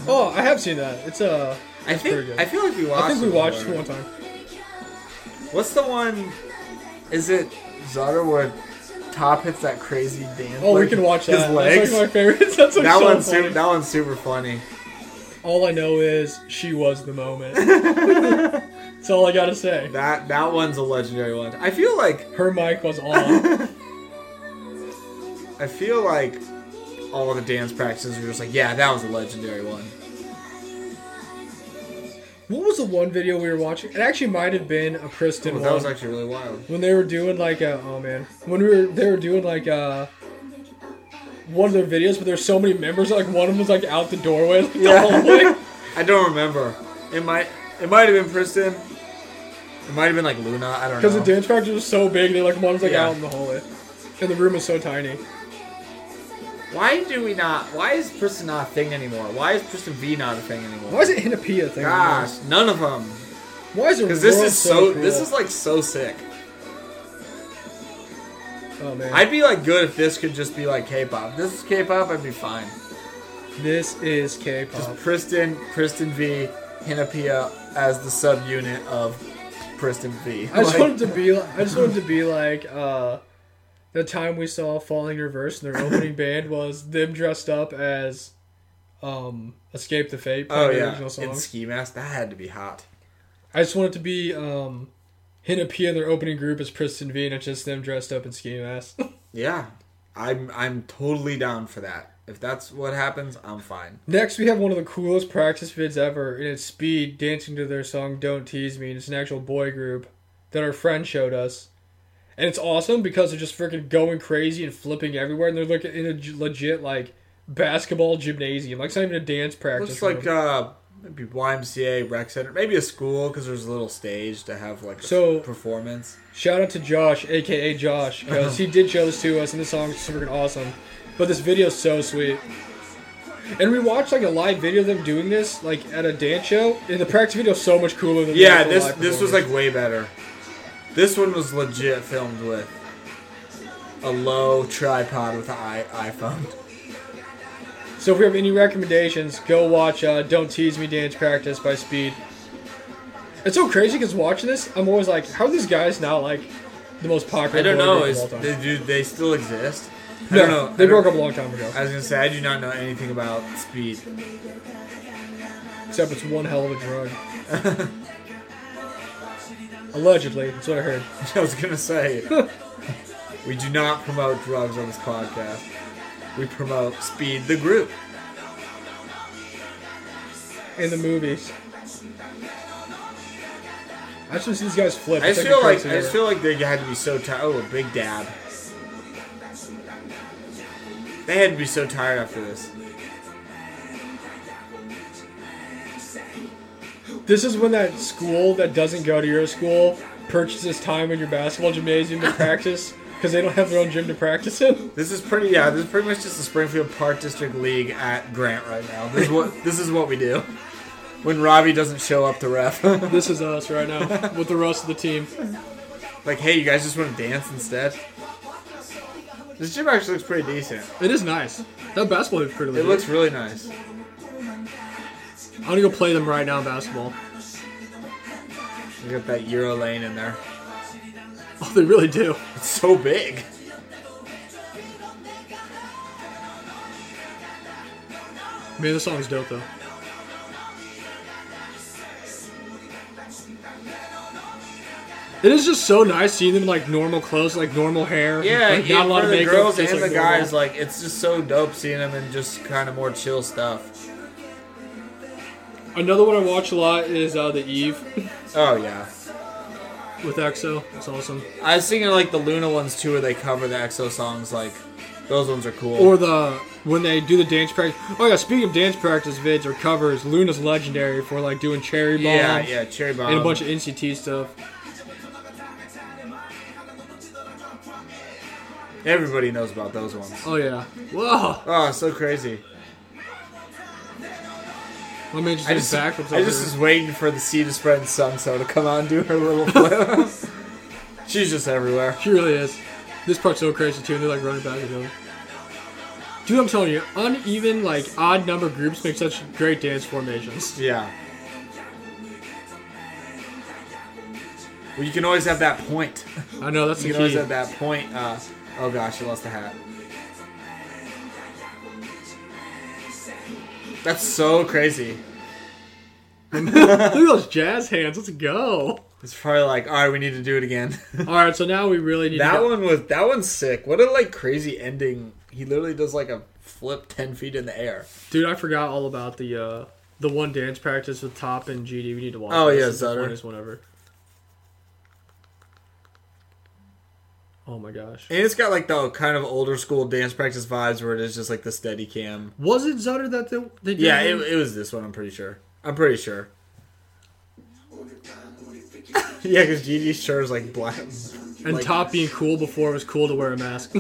Speaker 2: Oh, I have seen that. It's uh
Speaker 1: I
Speaker 2: it's pretty
Speaker 1: think,
Speaker 2: good.
Speaker 1: I feel like we watched
Speaker 2: I think we
Speaker 1: it
Speaker 2: watched it
Speaker 1: before.
Speaker 2: one time.
Speaker 1: What's the one? Is it Zutter where Top hits that crazy dance?
Speaker 2: Oh, we
Speaker 1: like,
Speaker 2: can watch that.
Speaker 1: His legs.
Speaker 2: That's like my favorite. That's like
Speaker 1: that
Speaker 2: so
Speaker 1: one's
Speaker 2: funny.
Speaker 1: super, that one's super funny.
Speaker 2: All I know is she was the moment. That's all I gotta say.
Speaker 1: That that one's a legendary one. I feel like
Speaker 2: Her mic was on.
Speaker 1: I feel like all the dance practices were just like, yeah, that was a legendary one.
Speaker 2: what was the one video we were watching? It actually might have been a Kristen
Speaker 1: Ooh, Oh,
Speaker 2: one.
Speaker 1: that was actually really wild.
Speaker 2: when they were doing like a oh man when we were they were doing like uh one of their videos but there's so many members like one of them was like out the doorway like, the whole way.
Speaker 1: Oh, I don't remember. It might it might have been Kristen. It might have been like Luna. I don't know.
Speaker 2: because the dance practice was so big they like one was like
Speaker 1: Yeah.
Speaker 2: out in the hallway and the room was so tiny
Speaker 1: Why do we not? Why is Kristen not a thing anymore? Why is Kristen V not a thing anymore?
Speaker 2: why is it in a pia thing
Speaker 1: Gosh, none of them.
Speaker 2: why is it
Speaker 1: Because this is so. This is like so sick.
Speaker 2: oh man
Speaker 1: I'd be like good if this could just be like K-pop. If this is K-pop. I'd be fine.
Speaker 2: this is
Speaker 1: Just
Speaker 2: k-pop
Speaker 1: Kristen, Kristen V, Hinapia as the subunit of Kristen V.
Speaker 2: I just
Speaker 1: Like,
Speaker 2: wanted to be. I just wanted to be like uh, the time we saw Falling Reverse, and their opening band was them dressed up as um, Escape the Fate.
Speaker 1: oh
Speaker 2: playing the
Speaker 1: yeah,
Speaker 2: original song.
Speaker 1: in ski mask. That had to be hot.
Speaker 2: I just wanted to be um, Hinapia, and their opening group is Priston V, and it's just them dressed up in ski masks.
Speaker 1: Yeah, I'm I'm totally down for that. If that's what happens, I'm fine.
Speaker 2: Next, we have one of the coolest practice vids ever, and it's Speed dancing to their song "Don't Tease Me," and it's an actual boy group that our friend showed us. And it's awesome because they're just freaking going crazy and flipping everywhere, and they're like in a g- legit like basketball gymnasium. Like it's not even a dance practice.
Speaker 1: Looks like
Speaker 2: room.
Speaker 1: uh, maybe YMCA rec center, maybe a school because there's a little stage to have like a
Speaker 2: So-
Speaker 1: performance.
Speaker 2: Shout out to Josh, aka Josh, because he did show this to us, and this song's freaking awesome. But this video's so sweet. And we watched like a live video of them doing this, like at a dance show, and the practice video's so much cooler than the
Speaker 1: Yeah,
Speaker 2: actual
Speaker 1: this
Speaker 2: live
Speaker 1: this was
Speaker 2: performance.
Speaker 1: like way better. This one was legit filmed with a low tripod with an I- iPhone.
Speaker 2: So if we have any recommendations, go watch uh, "Don't Tease Me Dance Practice" by Speed. It's so crazy because watching this, I'm always like, how are these guys not like the most popular?
Speaker 1: I don't
Speaker 2: boy
Speaker 1: know.
Speaker 2: group of
Speaker 1: Is
Speaker 2: all time?
Speaker 1: they, do they still exist? I
Speaker 2: no,
Speaker 1: don't know.
Speaker 2: they
Speaker 1: I don't-
Speaker 2: broke up a long time ago.
Speaker 1: I was gonna say I do not know anything about speed.
Speaker 2: Except it's one hell of a drug. Allegedly, that's what I heard.
Speaker 1: I was gonna say we do not promote drugs on this podcast. We promote speed the group.
Speaker 2: in the movies. I just wanna see these guys flip.
Speaker 1: I
Speaker 2: It's
Speaker 1: just feel
Speaker 2: the
Speaker 1: like
Speaker 2: craziest
Speaker 1: I just
Speaker 2: ever.
Speaker 1: feel like they had to be so tired. Oh, a big dab. They had to be so tired after this.
Speaker 2: This is when that school that doesn't go to your school purchases time in your basketball gymnasium to practice because they don't have their own gym to practice in.
Speaker 1: This is pretty. Yeah, this is pretty much just the Springfield Park District League at Grant right now. This is what this is what we do when Robbie doesn't show up to ref.
Speaker 2: This is us right now with the rest of the team.
Speaker 1: like, hey, you guys just want to dance instead. This gym actually looks pretty decent.
Speaker 2: It is nice. That basketball hoop's pretty
Speaker 1: It
Speaker 2: legit.
Speaker 1: looks really nice.
Speaker 2: I'm gonna go play them right now in basketball.
Speaker 1: You got that Euro lane in there.
Speaker 2: Oh, they really do.
Speaker 1: It's so big.
Speaker 2: Man, this song's dope though. It is just so nice seeing them in, like normal clothes, like normal hair.
Speaker 1: Yeah,
Speaker 2: like, not a
Speaker 1: for
Speaker 2: lot of
Speaker 1: the
Speaker 2: makeup.
Speaker 1: girls
Speaker 2: just,
Speaker 1: and
Speaker 2: like,
Speaker 1: the
Speaker 2: normal.
Speaker 1: guys, like it's just so dope seeing them in just kind of more chill stuff.
Speaker 2: Another one I watch a lot is uh, the Eve
Speaker 1: Oh yeah,
Speaker 2: with EXO. It's awesome.
Speaker 1: I was thinking like the Luna ones too, where they cover the EXO songs. Like those ones are cool.
Speaker 2: Or the when they do the dance practice. Oh yeah, speaking of dance practice vids or covers, Luna's legendary for like doing cherry bomb
Speaker 1: yeah, yeah, Um, Cherry Bomb
Speaker 2: and a bunch of NCT stuff.
Speaker 1: Everybody knows about those ones.
Speaker 2: Oh yeah. Whoa.
Speaker 1: Oh, so crazy.
Speaker 2: My man just
Speaker 1: I
Speaker 2: did
Speaker 1: just, I
Speaker 2: backflips.
Speaker 1: just
Speaker 2: over
Speaker 1: was waiting for the sea to spread and Sunso to come out and do her little flip. She's just everywhere.
Speaker 2: She really is. This part's so crazy too, and they're like running back and forth. Dude, I'm telling you, uneven, like odd number groups make such great dance formations.
Speaker 1: Yeah. Well, you can always have that point.
Speaker 2: I know that's
Speaker 1: You
Speaker 2: the
Speaker 1: can always
Speaker 2: key.
Speaker 1: have that point. Uh, oh gosh, I lost the hat. That's so crazy.
Speaker 2: Look at those jazz hands. Let's go.
Speaker 1: It's probably like, all right, we need to do it again.
Speaker 2: All right, so now we really need to
Speaker 1: that
Speaker 2: go-
Speaker 1: one was that one's sick. What a like crazy ending. He literally does like a flip ten feet in the air.
Speaker 2: Dude, I forgot all about the uh the one dance practice with Top and GD. We need to watch.
Speaker 1: Oh,
Speaker 2: this.
Speaker 1: yeah,
Speaker 2: This is the
Speaker 1: Zutter.
Speaker 2: funniest one ever. Oh my gosh.
Speaker 1: And it's got like the kind of older school dance practice vibes where it is just like the steady cam.
Speaker 2: Was it Zutter that they, they did?
Speaker 1: Yeah, it,
Speaker 2: one?
Speaker 1: it was this one. I'm pretty sure. I'm pretty sure. yeah, because Gigi's sure is like black.
Speaker 2: and
Speaker 1: like-
Speaker 2: Top being cool before it was cool to wear a mask,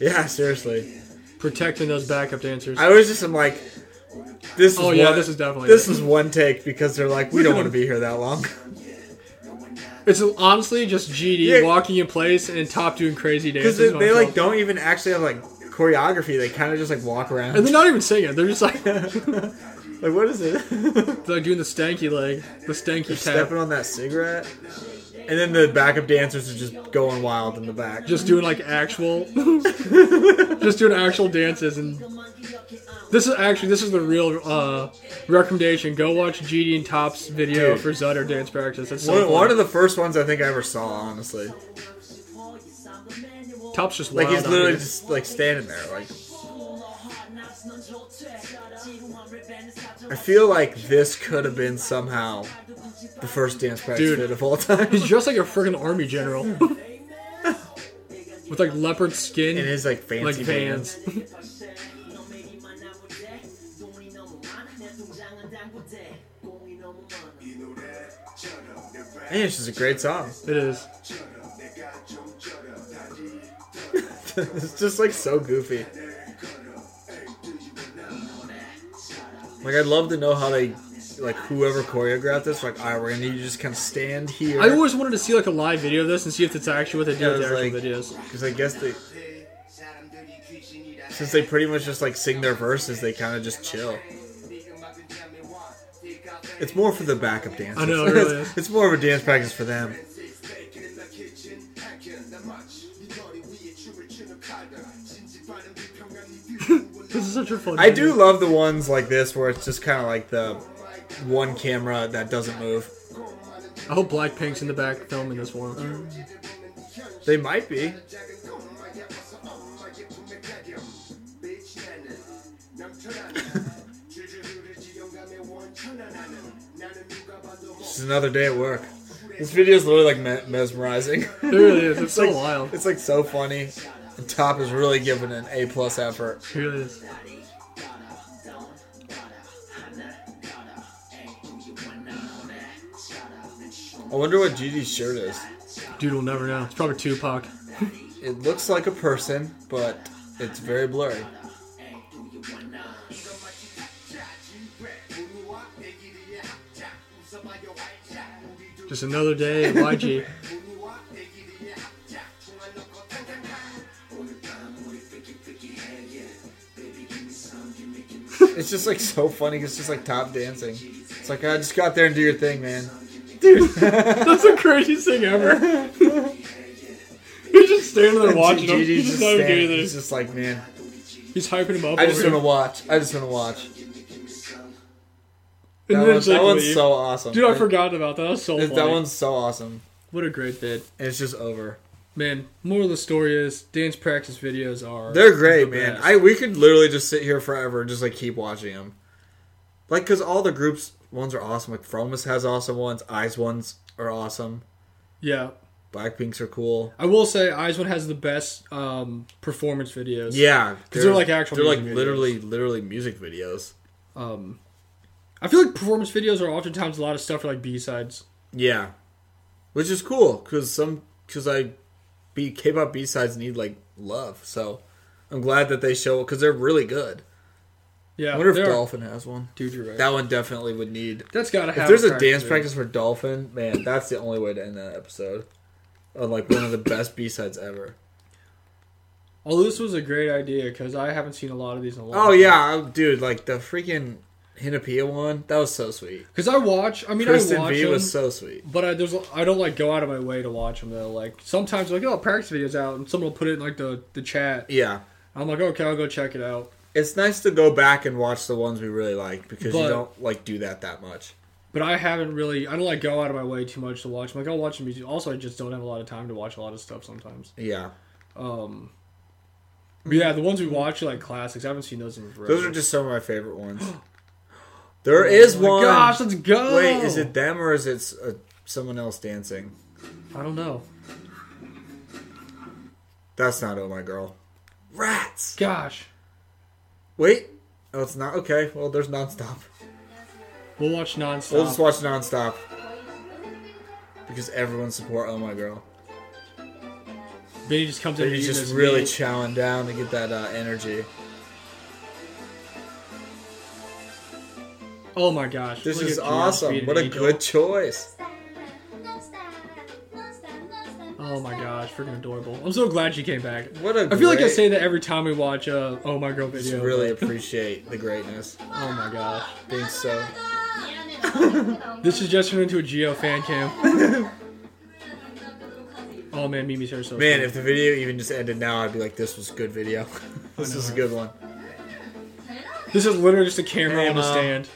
Speaker 1: Yeah, seriously.
Speaker 2: protecting those backup dancers.
Speaker 1: I was just I'm like, this. Is
Speaker 2: Oh, yeah,
Speaker 1: one-
Speaker 2: this is definitely
Speaker 1: this
Speaker 2: it.
Speaker 1: is one take because they're like, we don't want to be here that long.
Speaker 2: it's honestly just GD
Speaker 1: Yeah.
Speaker 2: walking in place and Top doing crazy dances.
Speaker 1: Because they,
Speaker 2: on
Speaker 1: they like
Speaker 2: himself.
Speaker 1: don't even actually have like choreography. They kind of just like walk around.
Speaker 2: and they're not even singing. They're just like they're
Speaker 1: like what is it?
Speaker 2: like doing the stanky leg, the stanky tap,
Speaker 1: Stepping on that cigarette. And then the backup dancers are just going wild in the back.
Speaker 2: just doing like actual, just doing actual dances and This is actually this is the real uh, recommendation. Go watch GD and Top's video
Speaker 1: Dude.
Speaker 2: for Zutter dance practice. It's
Speaker 1: one,
Speaker 2: so
Speaker 1: one
Speaker 2: funny.
Speaker 1: of the first ones I think I ever saw, honestly.
Speaker 2: Top's just
Speaker 1: Like
Speaker 2: wild
Speaker 1: he's
Speaker 2: out
Speaker 1: literally
Speaker 2: here.
Speaker 1: just like standing there. Like I feel like this could have been somehow the first dance practice
Speaker 2: Dude.
Speaker 1: fit of all time.
Speaker 2: he's dressed like a freaking army general with like leopard skin,
Speaker 1: In his like fancy
Speaker 2: like Vans.
Speaker 1: And it's just a great song.
Speaker 2: It is.
Speaker 1: it's just like so goofy. Like I'd love to know how they, like whoever choreographed this. Like, all right, we're gonna need you to just kind of stand here.
Speaker 2: I always wanted to see like a live video of this and see if it's actually what they
Speaker 1: Yeah,
Speaker 2: do with the
Speaker 1: it's
Speaker 2: actual
Speaker 1: like-
Speaker 2: videos.
Speaker 1: because I guess they, since they pretty much just like sing their verses, they kind of just chill. It's more for the backup dancers.
Speaker 2: I know, it really
Speaker 1: It's-
Speaker 2: is.
Speaker 1: it's more of a dance practice for them.
Speaker 2: This is such a fun.
Speaker 1: I
Speaker 2: video.
Speaker 1: do love the ones like this where it's just kind of like the one camera that doesn't move.
Speaker 2: I hope Blackpink's in the back filming this one.
Speaker 1: They might be. It's another day at work. This video is literally like me- mesmerizing.
Speaker 2: It really is. It's, so
Speaker 1: like,
Speaker 2: wild. It
Speaker 1: It's like so funny. And Top is really giving an A plus effort.
Speaker 2: really is.
Speaker 1: I wonder what Gigi's shirt is.
Speaker 2: Dude, we'll never know. It's probably Tupac.
Speaker 1: It looks like a person, but it's very blurry.
Speaker 2: Just another day at YG.
Speaker 1: It's just like so funny. 'cause It's just like Top dancing. It's like I just got there and do your thing, man. Dude,
Speaker 2: That's the craziest thing ever. He's just standing there watching him.
Speaker 1: Gigi's
Speaker 2: He's
Speaker 1: just
Speaker 2: just not even
Speaker 1: standing.
Speaker 2: doing
Speaker 1: He's
Speaker 2: anything.
Speaker 1: just like, man,
Speaker 2: He's hyping him up.
Speaker 1: I just
Speaker 2: over
Speaker 1: want to watch.
Speaker 2: here.
Speaker 1: I just want to watch.
Speaker 2: And
Speaker 1: That,
Speaker 2: then
Speaker 1: one,
Speaker 2: it's like,
Speaker 1: that one's
Speaker 2: leave.
Speaker 1: so awesome.
Speaker 2: Dude, I
Speaker 1: That-
Speaker 2: forgot about that. That's so
Speaker 1: That,
Speaker 2: funny.
Speaker 1: that one's so awesome.
Speaker 2: What a great bit.
Speaker 1: And it's just over.
Speaker 2: Man, moral of the story is dance practice videos are.
Speaker 1: They're great,
Speaker 2: the
Speaker 1: man.
Speaker 2: best.
Speaker 1: I we could literally just sit here forever and just like keep watching them. Like, cause all the groups ones are awesome. Like, Fromus has awesome ones. Eyes ones are awesome.
Speaker 2: Yeah.
Speaker 1: Blackpinks are cool.
Speaker 2: I will say, Eyes One has the best um, performance videos.
Speaker 1: Yeah, because
Speaker 2: they're like actual
Speaker 1: They're like
Speaker 2: music videos.
Speaker 1: literally, literally music videos.
Speaker 2: Um, I feel like performance videos are oftentimes a lot of stuff for like B sides.
Speaker 1: Yeah, which is cool because some because I be K-pop B sides need like love. So I'm glad that they show because they're really good.
Speaker 2: Yeah.
Speaker 1: I wonder if
Speaker 2: they are-
Speaker 1: Dolphin has one.
Speaker 2: Dude, you're right.
Speaker 1: That one definitely would need
Speaker 2: That's gotta happen.
Speaker 1: If there's a dance practice for Dolphin, man, that's the only way to end that episode. Of like one of the best B sides ever.
Speaker 2: Although Oh, this was a great idea because I haven't seen a lot of these in a long.
Speaker 1: Oh yeah, I- dude, like the freaking Hinapia one, that was so sweet.
Speaker 2: because I watch. I mean, I
Speaker 1: Kristen
Speaker 2: watch
Speaker 1: V
Speaker 2: them,
Speaker 1: was so sweet.
Speaker 2: but I there's I don't like go out of my way to watch them though. Like sometimes like oh practice videos out and someone will put it in like the the chat.
Speaker 1: Yeah,
Speaker 2: I'm like okay I'll go check it out.
Speaker 1: it's nice to go back and watch the ones we really like because you
Speaker 2: But-
Speaker 1: don't like do that that much.
Speaker 2: But I haven't really. I don't like go out of my way too much to watch. Like I'll watch a music. Also, I just don't have a lot of time to watch a lot of stuff sometimes.
Speaker 1: Yeah.
Speaker 2: Um, but yeah, the ones we watch are like classics. I haven't seen those in forever.
Speaker 1: Those are just some of my favorite ones. There is
Speaker 2: Oh my
Speaker 1: one.
Speaker 2: Gosh, let's go.
Speaker 1: Wait, is it them or is it s- uh, someone else dancing?
Speaker 2: I don't know.
Speaker 1: That's not Oh My Girl. Rats!
Speaker 2: Gosh,
Speaker 1: Wait. Oh, it's not? Okay. Well, there's nonstop.
Speaker 2: we'll watch nonstop.
Speaker 1: We'll just watch nonstop. Because everyone support Oh My Girl.
Speaker 2: Benny just comes in.
Speaker 1: But
Speaker 2: and
Speaker 1: he's
Speaker 2: eating
Speaker 1: just
Speaker 2: his
Speaker 1: really
Speaker 2: meat.
Speaker 1: chowing down to get that uh, energy.
Speaker 2: oh my gosh,
Speaker 1: This
Speaker 2: look
Speaker 1: is
Speaker 2: at Gerard
Speaker 1: awesome.
Speaker 2: being
Speaker 1: What
Speaker 2: an
Speaker 1: a
Speaker 2: angel.
Speaker 1: good choice.
Speaker 2: Oh my gosh, freaking adorable. I'm so glad she came back.
Speaker 1: What a
Speaker 2: I feel like I
Speaker 1: great-
Speaker 2: say that every time we watch a Oh My Girl
Speaker 1: Just
Speaker 2: video.
Speaker 1: really appreciate the greatness.
Speaker 2: but- Oh my gosh.
Speaker 1: Think so.
Speaker 2: Oh This is just turned into a Geo fan cam. oh man, Mimi's hair is so
Speaker 1: Man,
Speaker 2: cool.
Speaker 1: if the video even just ended now, I'd be like, this was a good video. this
Speaker 2: know,
Speaker 1: is a
Speaker 2: right?
Speaker 1: good one.
Speaker 2: This is literally just a camera
Speaker 1: Hey,
Speaker 2: on a
Speaker 1: Mom.
Speaker 2: stand.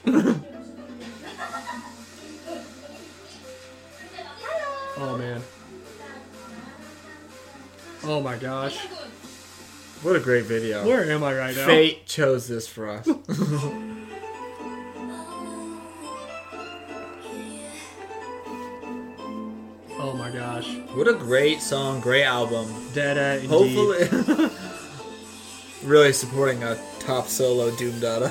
Speaker 2: oh man. Oh my gosh.
Speaker 1: What a great video.
Speaker 2: Where am I right now?
Speaker 1: Fate chose this for us.
Speaker 2: Oh my gosh.
Speaker 1: what a great song, great album.
Speaker 2: Dada indeed.
Speaker 1: Hopefully, really supporting a top solo Doom Dada.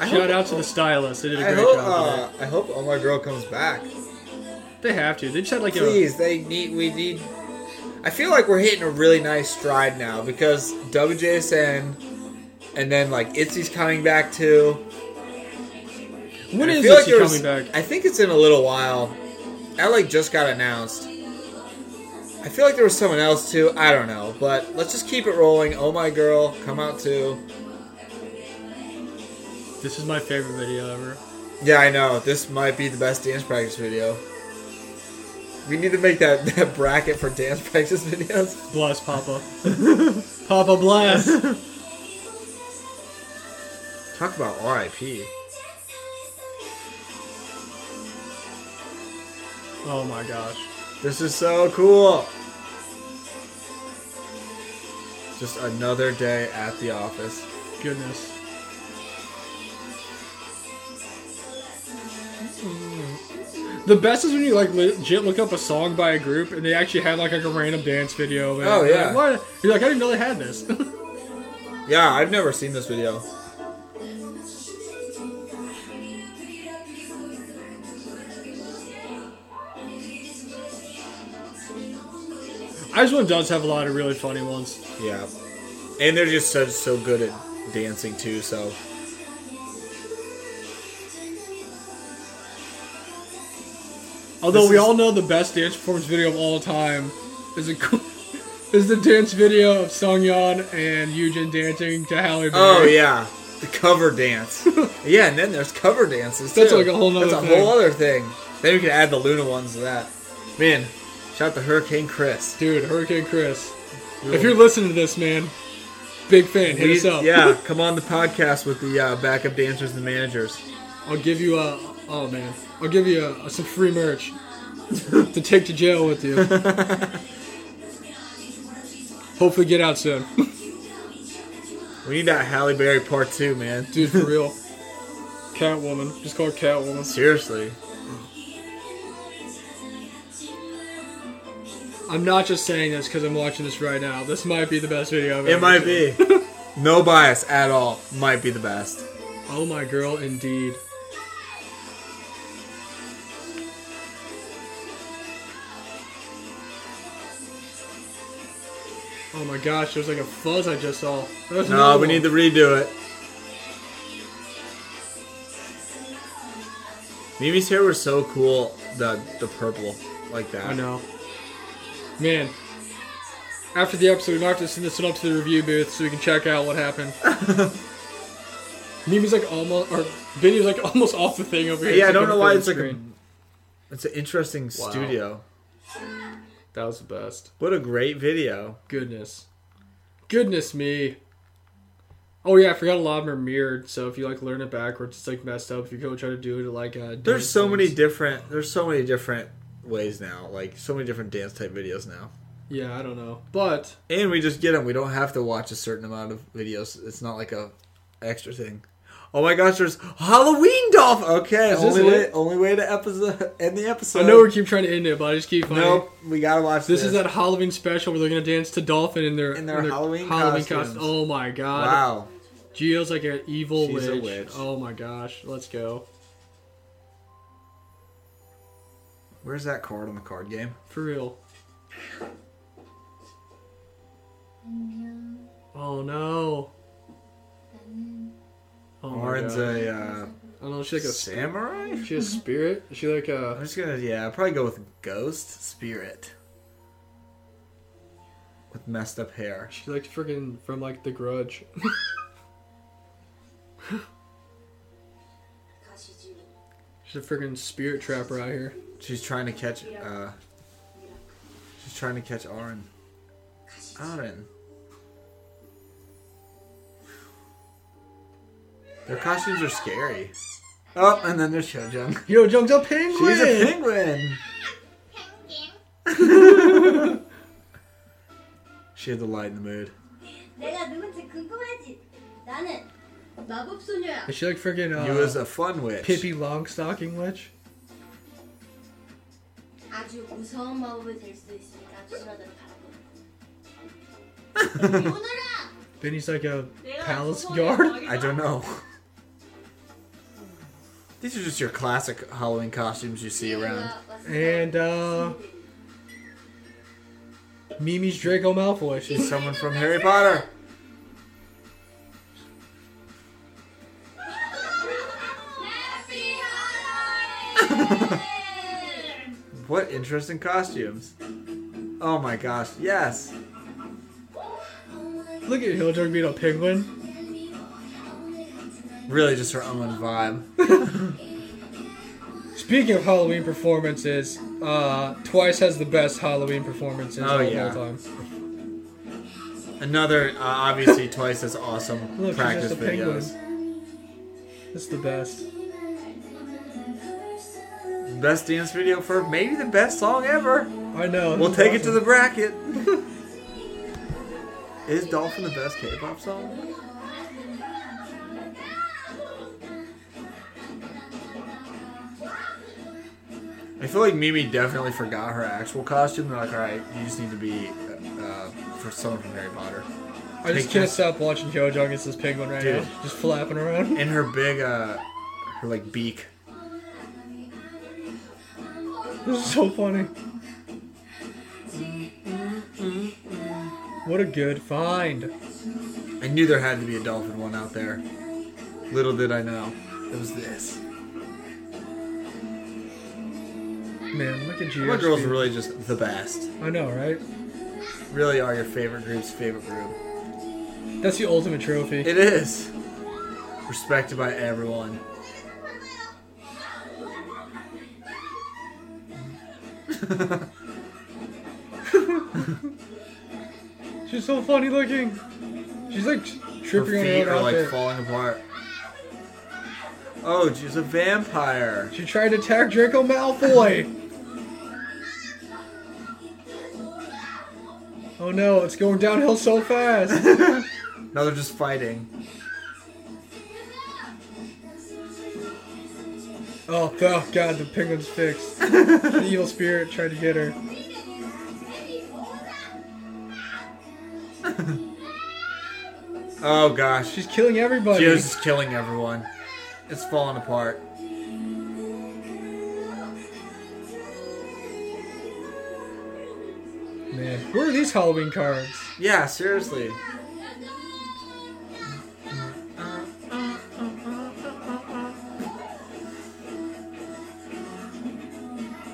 Speaker 1: I
Speaker 2: Shout
Speaker 1: hope,
Speaker 2: out to the stylist. They did a
Speaker 1: I
Speaker 2: great
Speaker 1: hope,
Speaker 2: job.
Speaker 1: uh, I hope Oh My Girl comes back.
Speaker 2: today. They have to. They just had like a
Speaker 1: Please, they need. We need. I feel like we're hitting a really nice stride now because WJSN, and then like Itzy's coming back too.
Speaker 2: When
Speaker 1: I
Speaker 2: is
Speaker 1: feel
Speaker 2: this
Speaker 1: there
Speaker 2: coming
Speaker 1: was-
Speaker 2: back?
Speaker 1: I think it's in a little while. That like just got announced. I feel like there was someone else too. I don't know, but let's just keep it rolling. Oh my girl, come out too.
Speaker 2: This is my favorite video ever.
Speaker 1: Yeah, I know. This might be the best dance practice video. We need to make that, that bracket for dance practice videos.
Speaker 2: Bless Papa. Papa bless.
Speaker 1: Talk about RIP.
Speaker 2: oh my gosh.
Speaker 1: This is so cool. Just another day at the office.
Speaker 2: Goodness. The best is when you like legit look up a song by a group and they actually have like, a random dance video. of it.
Speaker 1: Oh,
Speaker 2: You're
Speaker 1: yeah.
Speaker 2: Like, what? You're like I didn't know they had this.
Speaker 1: Yeah, I've never seen this video.
Speaker 2: Ice One does have a lot of really funny ones.
Speaker 1: Yeah. And they're just so, so good at dancing too, so.
Speaker 2: Although
Speaker 1: This
Speaker 2: we
Speaker 1: is-
Speaker 2: all know the best dance performance video of all time is a is the dance video of Sungyeon and Yujin dancing to Halle Berry.
Speaker 1: Oh, yeah. The cover dance. yeah, and then there's cover dances too.
Speaker 2: That's like a whole nother
Speaker 1: That's a
Speaker 2: thing.
Speaker 1: whole other thing. Then we can add the Luna ones to that. Man, shout out to Hurricane Chris.
Speaker 2: dude, Hurricane Chris. If you're listening to this, man, big fan, hit us
Speaker 1: We-
Speaker 2: up.
Speaker 1: yeah, come on the podcast with the uh, backup dancers and managers.
Speaker 2: I'll give you a. Oh man, I'll give you a, some free merch to take to jail with you. Hopefully, get out soon,
Speaker 1: We need that Halle Berry part two, man.
Speaker 2: dude. For real, Catwoman. Just call her Catwoman.
Speaker 1: Seriously.
Speaker 2: I'm not just saying this because I'm watching this right now. This might be the best video. I've
Speaker 1: It
Speaker 2: ever
Speaker 1: might
Speaker 2: seen.
Speaker 1: be. No bias at all. Might be the best.
Speaker 2: Oh my girl, indeed. Oh my gosh, there's like a fuzz I just saw. There's
Speaker 1: No,
Speaker 2: another
Speaker 1: we
Speaker 2: one.
Speaker 1: need to redo it. Mimi's hair was so cool, the the purple like that.
Speaker 2: I know. Man. After the episode, we might have to send this one up to the review booth so we can check out what happened. Mimi's like almost, or Vinny's like almost off the thing over here.
Speaker 1: Yeah, I
Speaker 2: like
Speaker 1: don't
Speaker 2: on
Speaker 1: know
Speaker 2: the
Speaker 1: why
Speaker 2: third
Speaker 1: it's like a,
Speaker 2: screen.
Speaker 1: it's an interesting studio.
Speaker 2: That was the best.
Speaker 1: What a great video!
Speaker 2: Goodness. Goodness me. Oh yeah, I forgot a lot of them are mirrored. So if you like learn it backwards, it's like messed up. If you go try to do it at, like uh,
Speaker 1: There's
Speaker 2: dance
Speaker 1: so many
Speaker 2: things.
Speaker 1: different. There's so many different ways now. Like so many different dance type videos now.
Speaker 2: yeah, I don't know, but
Speaker 1: And we just get them. We don't have to watch a certain amount of videos. It's not like a extra thing. Oh my gosh, there's Halloween Dolph. Okay,
Speaker 2: Is this
Speaker 1: only way,
Speaker 2: it?
Speaker 1: only way to episode end the episode.
Speaker 2: I know we keep trying to end it, but I just keep finding.
Speaker 1: Uh, nope, we gotta watch this.
Speaker 2: This is that Halloween special where they're gonna dance to Dolphin in their
Speaker 1: In their Halloween costumes.
Speaker 2: cost- Oh my god!
Speaker 1: wow.
Speaker 2: Gio's like an evil
Speaker 1: She's a
Speaker 2: witch.
Speaker 1: witch.
Speaker 2: Oh my gosh! Let's go.
Speaker 1: Where's that card on the card game?
Speaker 2: For real. Oh no. Oh my
Speaker 1: Orin's
Speaker 2: god.
Speaker 1: a uh,
Speaker 2: I don't know, she like a
Speaker 1: samurai.
Speaker 2: she a spirit? Is she like
Speaker 1: I'm
Speaker 2: a
Speaker 1: just gonna yeah, I'll probably go with ghost spirit with messed up hair.
Speaker 2: she like freaking from like the grudge. She's a freaking spirit trapper out here.
Speaker 1: She's trying to catch uh, she's trying to catch Arin. Arin. Their costumes are scary. Oh, and then there's Shojung.
Speaker 2: Yo, Jung's a penguin!
Speaker 1: She's a penguin. She had to lighten the mood.
Speaker 3: 내가 누군지 궁금하지? 나는 마법 소녀야.
Speaker 2: Is she like freaking
Speaker 1: You was
Speaker 2: uh,
Speaker 1: a fun witch.
Speaker 2: Pippi Longstocking witch?
Speaker 3: 아주 무서운 마법이 될 수도 있으니까 조심하도록 하라고. 오늘아!
Speaker 2: Benny's like a
Speaker 3: 내가
Speaker 2: palace
Speaker 3: 소녀
Speaker 2: guard?
Speaker 3: 먹이다.
Speaker 1: I don't know. These are just your classic Halloween costumes you see around.
Speaker 3: 내가 왔어.
Speaker 2: And uh Mimi's Draco Malfoy. She's
Speaker 1: She's someone from Harry Potter.
Speaker 3: Happy Halloween!
Speaker 1: What interesting costumes. Oh my gosh, yes. Oh
Speaker 2: Look at Hildrug being a penguin.
Speaker 1: Really just her own vibe.
Speaker 2: Speaking of Halloween performances, uh, Twice has the best Halloween performances
Speaker 1: Oh,
Speaker 2: of all
Speaker 1: yeah.
Speaker 2: time.
Speaker 1: Another, uh, obviously, twice as awesome
Speaker 2: Look,
Speaker 1: practice
Speaker 2: she's just a
Speaker 1: videos.
Speaker 2: penguin. It's the best.
Speaker 1: Best dance video for maybe the best song ever.
Speaker 2: I know.
Speaker 1: We'll take it to the bracket. Is Dolphin the best K pop song? I feel like Mimi definitely forgot her actual costume. They're like, alright, you just need to be uh, for someone from Harry Potter.
Speaker 2: I just can't stop watching Hyojung as this penguin right
Speaker 1: Dude.
Speaker 2: now, just flapping around.
Speaker 1: In her big, uh, her like beak.
Speaker 2: This is so funny. What a good find.
Speaker 1: I knew there had to be a dolphin one out there. Little did I know. It was this.
Speaker 2: Man, look at you.
Speaker 1: My girls are really just the best.
Speaker 2: I know, right?
Speaker 1: Really are your favorite group's favorite group.
Speaker 2: That's the ultimate trophy.
Speaker 1: It is. Respected by everyone.
Speaker 2: She's so funny looking. She's like
Speaker 1: Her
Speaker 2: tripping
Speaker 1: feet
Speaker 2: on her
Speaker 1: are
Speaker 2: own
Speaker 1: like
Speaker 2: outfit.
Speaker 1: falling apart. Oh, she's a vampire.
Speaker 2: she tried to attack Draco Malfoy. oh no, it's going downhill so fast.
Speaker 1: Now they're just fighting.
Speaker 2: oh, oh god, the penguin's fixed. the evil spirit tried to get her.
Speaker 1: Oh gosh.
Speaker 2: She's killing everybody.
Speaker 1: Geo's just killing everyone. It's falling apart.
Speaker 2: Man, where are these Halloween cards?
Speaker 1: Yeah, seriously.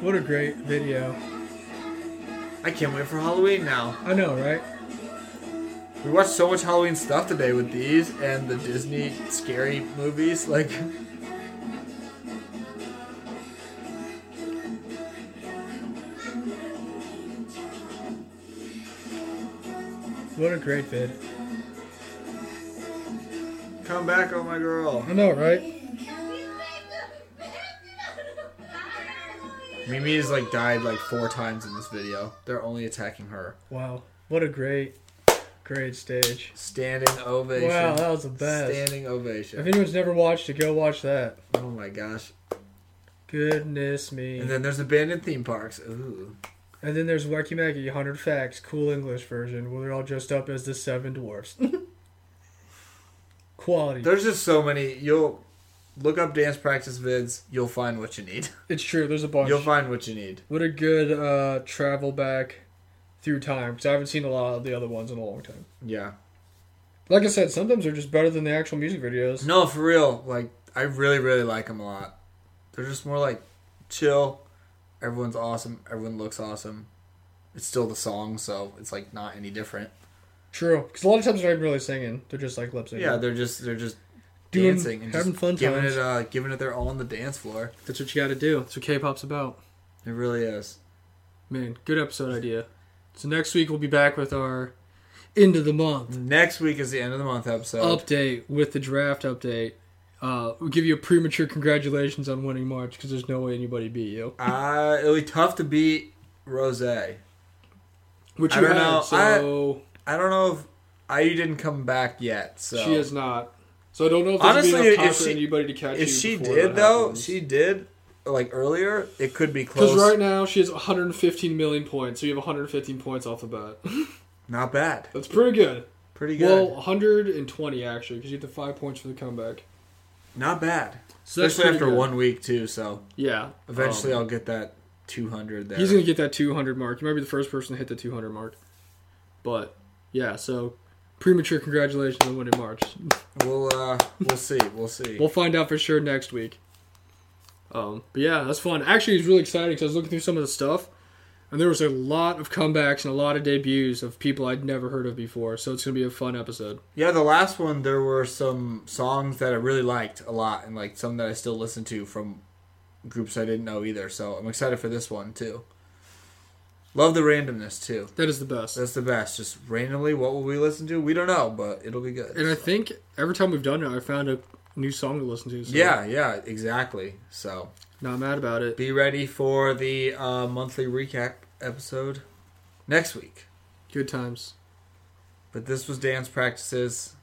Speaker 2: What a great video.
Speaker 1: I can't wait for Halloween now.
Speaker 2: I know, right?
Speaker 1: We watched so much Halloween stuff today with these and the Disney scary movies. Like,
Speaker 2: What a great vid.
Speaker 1: Come back, oh my girl.
Speaker 2: I know, right?
Speaker 1: Mimi has like died like four times in this video. They're only attacking her.
Speaker 2: Wow, what a great, great stage.
Speaker 1: Standing ovation.
Speaker 2: Wow, that was the best.
Speaker 1: Standing ovation.
Speaker 2: If anyone's never watched it, go watch that.
Speaker 1: oh my gosh.
Speaker 2: Goodness me.
Speaker 1: And then there's abandoned theme parks. Ooh.
Speaker 2: And then there's Wacky Maggie 100 Facts, cool English version, where they're all dressed up as the Seven Dwarfs. Quality.
Speaker 1: There's just so many. You'll look up dance practice vids. You'll find what you need.
Speaker 2: it's true. There's a bunch.
Speaker 1: You'll find what you need.
Speaker 2: what a good uh, travel back through time because I haven't seen a lot of the other ones in a long time.
Speaker 1: Yeah.
Speaker 2: Like I said, sometimes they're just better than the actual music videos.
Speaker 1: No, for real. Like I really, really like them a lot. They're just more like chill. Everyone's awesome. Everyone looks awesome. It's still the song, so it's like not any different.
Speaker 2: True, because a lot of times they're not even really singing; they're just like lip syncing.
Speaker 1: Yeah, they're just they're just
Speaker 2: Doing-
Speaker 1: dancing and
Speaker 2: having
Speaker 1: just
Speaker 2: fun
Speaker 1: giving
Speaker 2: times.
Speaker 1: it uh giving it their all on the dance floor.
Speaker 2: that's what you got to do. That's what K-pop's about.
Speaker 1: It really is.
Speaker 2: Man, good episode idea. So next week we'll be back with our end of the month
Speaker 1: Next week is the end of the month episode.
Speaker 2: update with the draft update. Uh, we'll give you a premature congratulations on winning March because there's no way anybody beat you.
Speaker 1: Uh, it'll be tough to beat Rose. I
Speaker 2: Which
Speaker 1: I
Speaker 2: you
Speaker 1: don't
Speaker 2: have,
Speaker 1: know.
Speaker 2: so
Speaker 1: don't know if IU didn't come back yet. So
Speaker 2: she has not. So I don't know if there's
Speaker 1: Honestly,
Speaker 2: Honestly, enough time
Speaker 1: if
Speaker 2: for
Speaker 1: she-
Speaker 2: anybody to catch you
Speaker 1: if she
Speaker 2: before
Speaker 1: did
Speaker 2: that
Speaker 1: though,
Speaker 2: happens.
Speaker 1: she did like earlier. It could be close.
Speaker 2: Because right now she has 115 million points, so you have 115 points off the bat.
Speaker 1: Not bad.
Speaker 2: That's pretty good.
Speaker 1: Pretty good.
Speaker 2: Well, 120 actually, because you have the five points for the comeback.
Speaker 1: Not bad.
Speaker 2: So that's
Speaker 1: Especially
Speaker 2: pretty
Speaker 1: after
Speaker 2: good.
Speaker 1: one week too. So
Speaker 2: Yeah.
Speaker 1: eventually
Speaker 2: Um,
Speaker 1: I'll get that 200 there.
Speaker 2: he's gonna get that 200 mark. He might be the first person to hit the 200 mark. But yeah, so premature congratulations on winning March.
Speaker 1: We'll uh, we'll see. We'll see.
Speaker 2: We'll find out for sure next week. Um, but yeah, that's fun. Actually, it's really exciting because I was looking through some of the stuff, and there was a lot of comebacks and a lot of debuts of people I'd never heard of before. So it's gonna be a fun episode.
Speaker 1: yeah, the last one there were some songs that I really liked a lot, and like some that I still listen to from groups I didn't know either. So I'm excited for this one too. Love the randomness too.
Speaker 2: That is the best.
Speaker 1: That's the best. Just randomly, what will we listen to? We don't know, but it'll be good.
Speaker 2: And I think every time we've done it, I found a new song to listen to. So
Speaker 1: yeah, yeah, exactly. So
Speaker 2: not mad about it.
Speaker 1: be ready for the uh, monthly recap episode next week.
Speaker 2: Good times.
Speaker 1: But this was dance practices,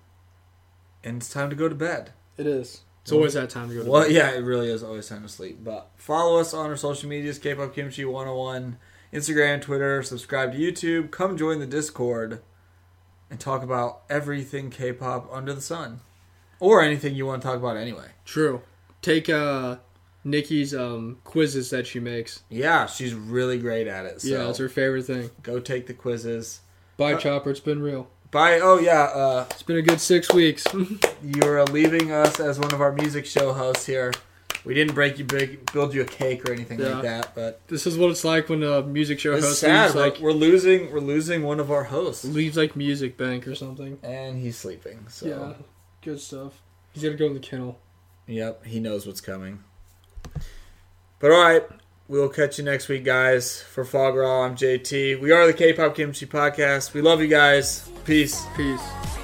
Speaker 1: and it's time to go to bed.
Speaker 2: It is. It's always that time to go to
Speaker 1: Well,
Speaker 2: bed.
Speaker 1: yeah, it really is always time to sleep. But follow us on our social medias: K-pop Kimchi One Hundred and One, Instagram, Twitter. Subscribe to YouTube. Come join the Discord, and talk about everything K-pop under the sun, or anything you want to talk about anyway.
Speaker 2: True. Take uh, Nikki's um, quizzes that she makes.
Speaker 1: Yeah, she's really great at it. So
Speaker 2: Yeah, it's her favorite thing.
Speaker 1: go take the quizzes.
Speaker 2: Bye,
Speaker 1: Uh,
Speaker 2: Chopper. It's been real.
Speaker 1: Bye. Oh yeah, uh,
Speaker 2: It's been a good six weeks.
Speaker 1: you're leaving us as one of our music show hosts here. We didn't break you big, build you a cake or anything
Speaker 2: Yeah.
Speaker 1: like that, but
Speaker 2: this is what it's like when a music show
Speaker 1: it's
Speaker 2: host
Speaker 1: sad.
Speaker 2: leaves like
Speaker 1: we're, we're losing, we're losing one of our hosts,
Speaker 2: leaves like music bank or something.
Speaker 1: and he's sleeping. So,
Speaker 2: Yeah, good stuff. He's gotta go in the kennel.
Speaker 1: yep, he knows what's coming. But all right, we'll catch you next week, guys. For Fog Raw, I'm JT. We are the K-pop Kimchi Podcast. We love you guys. Peace.
Speaker 2: Peace.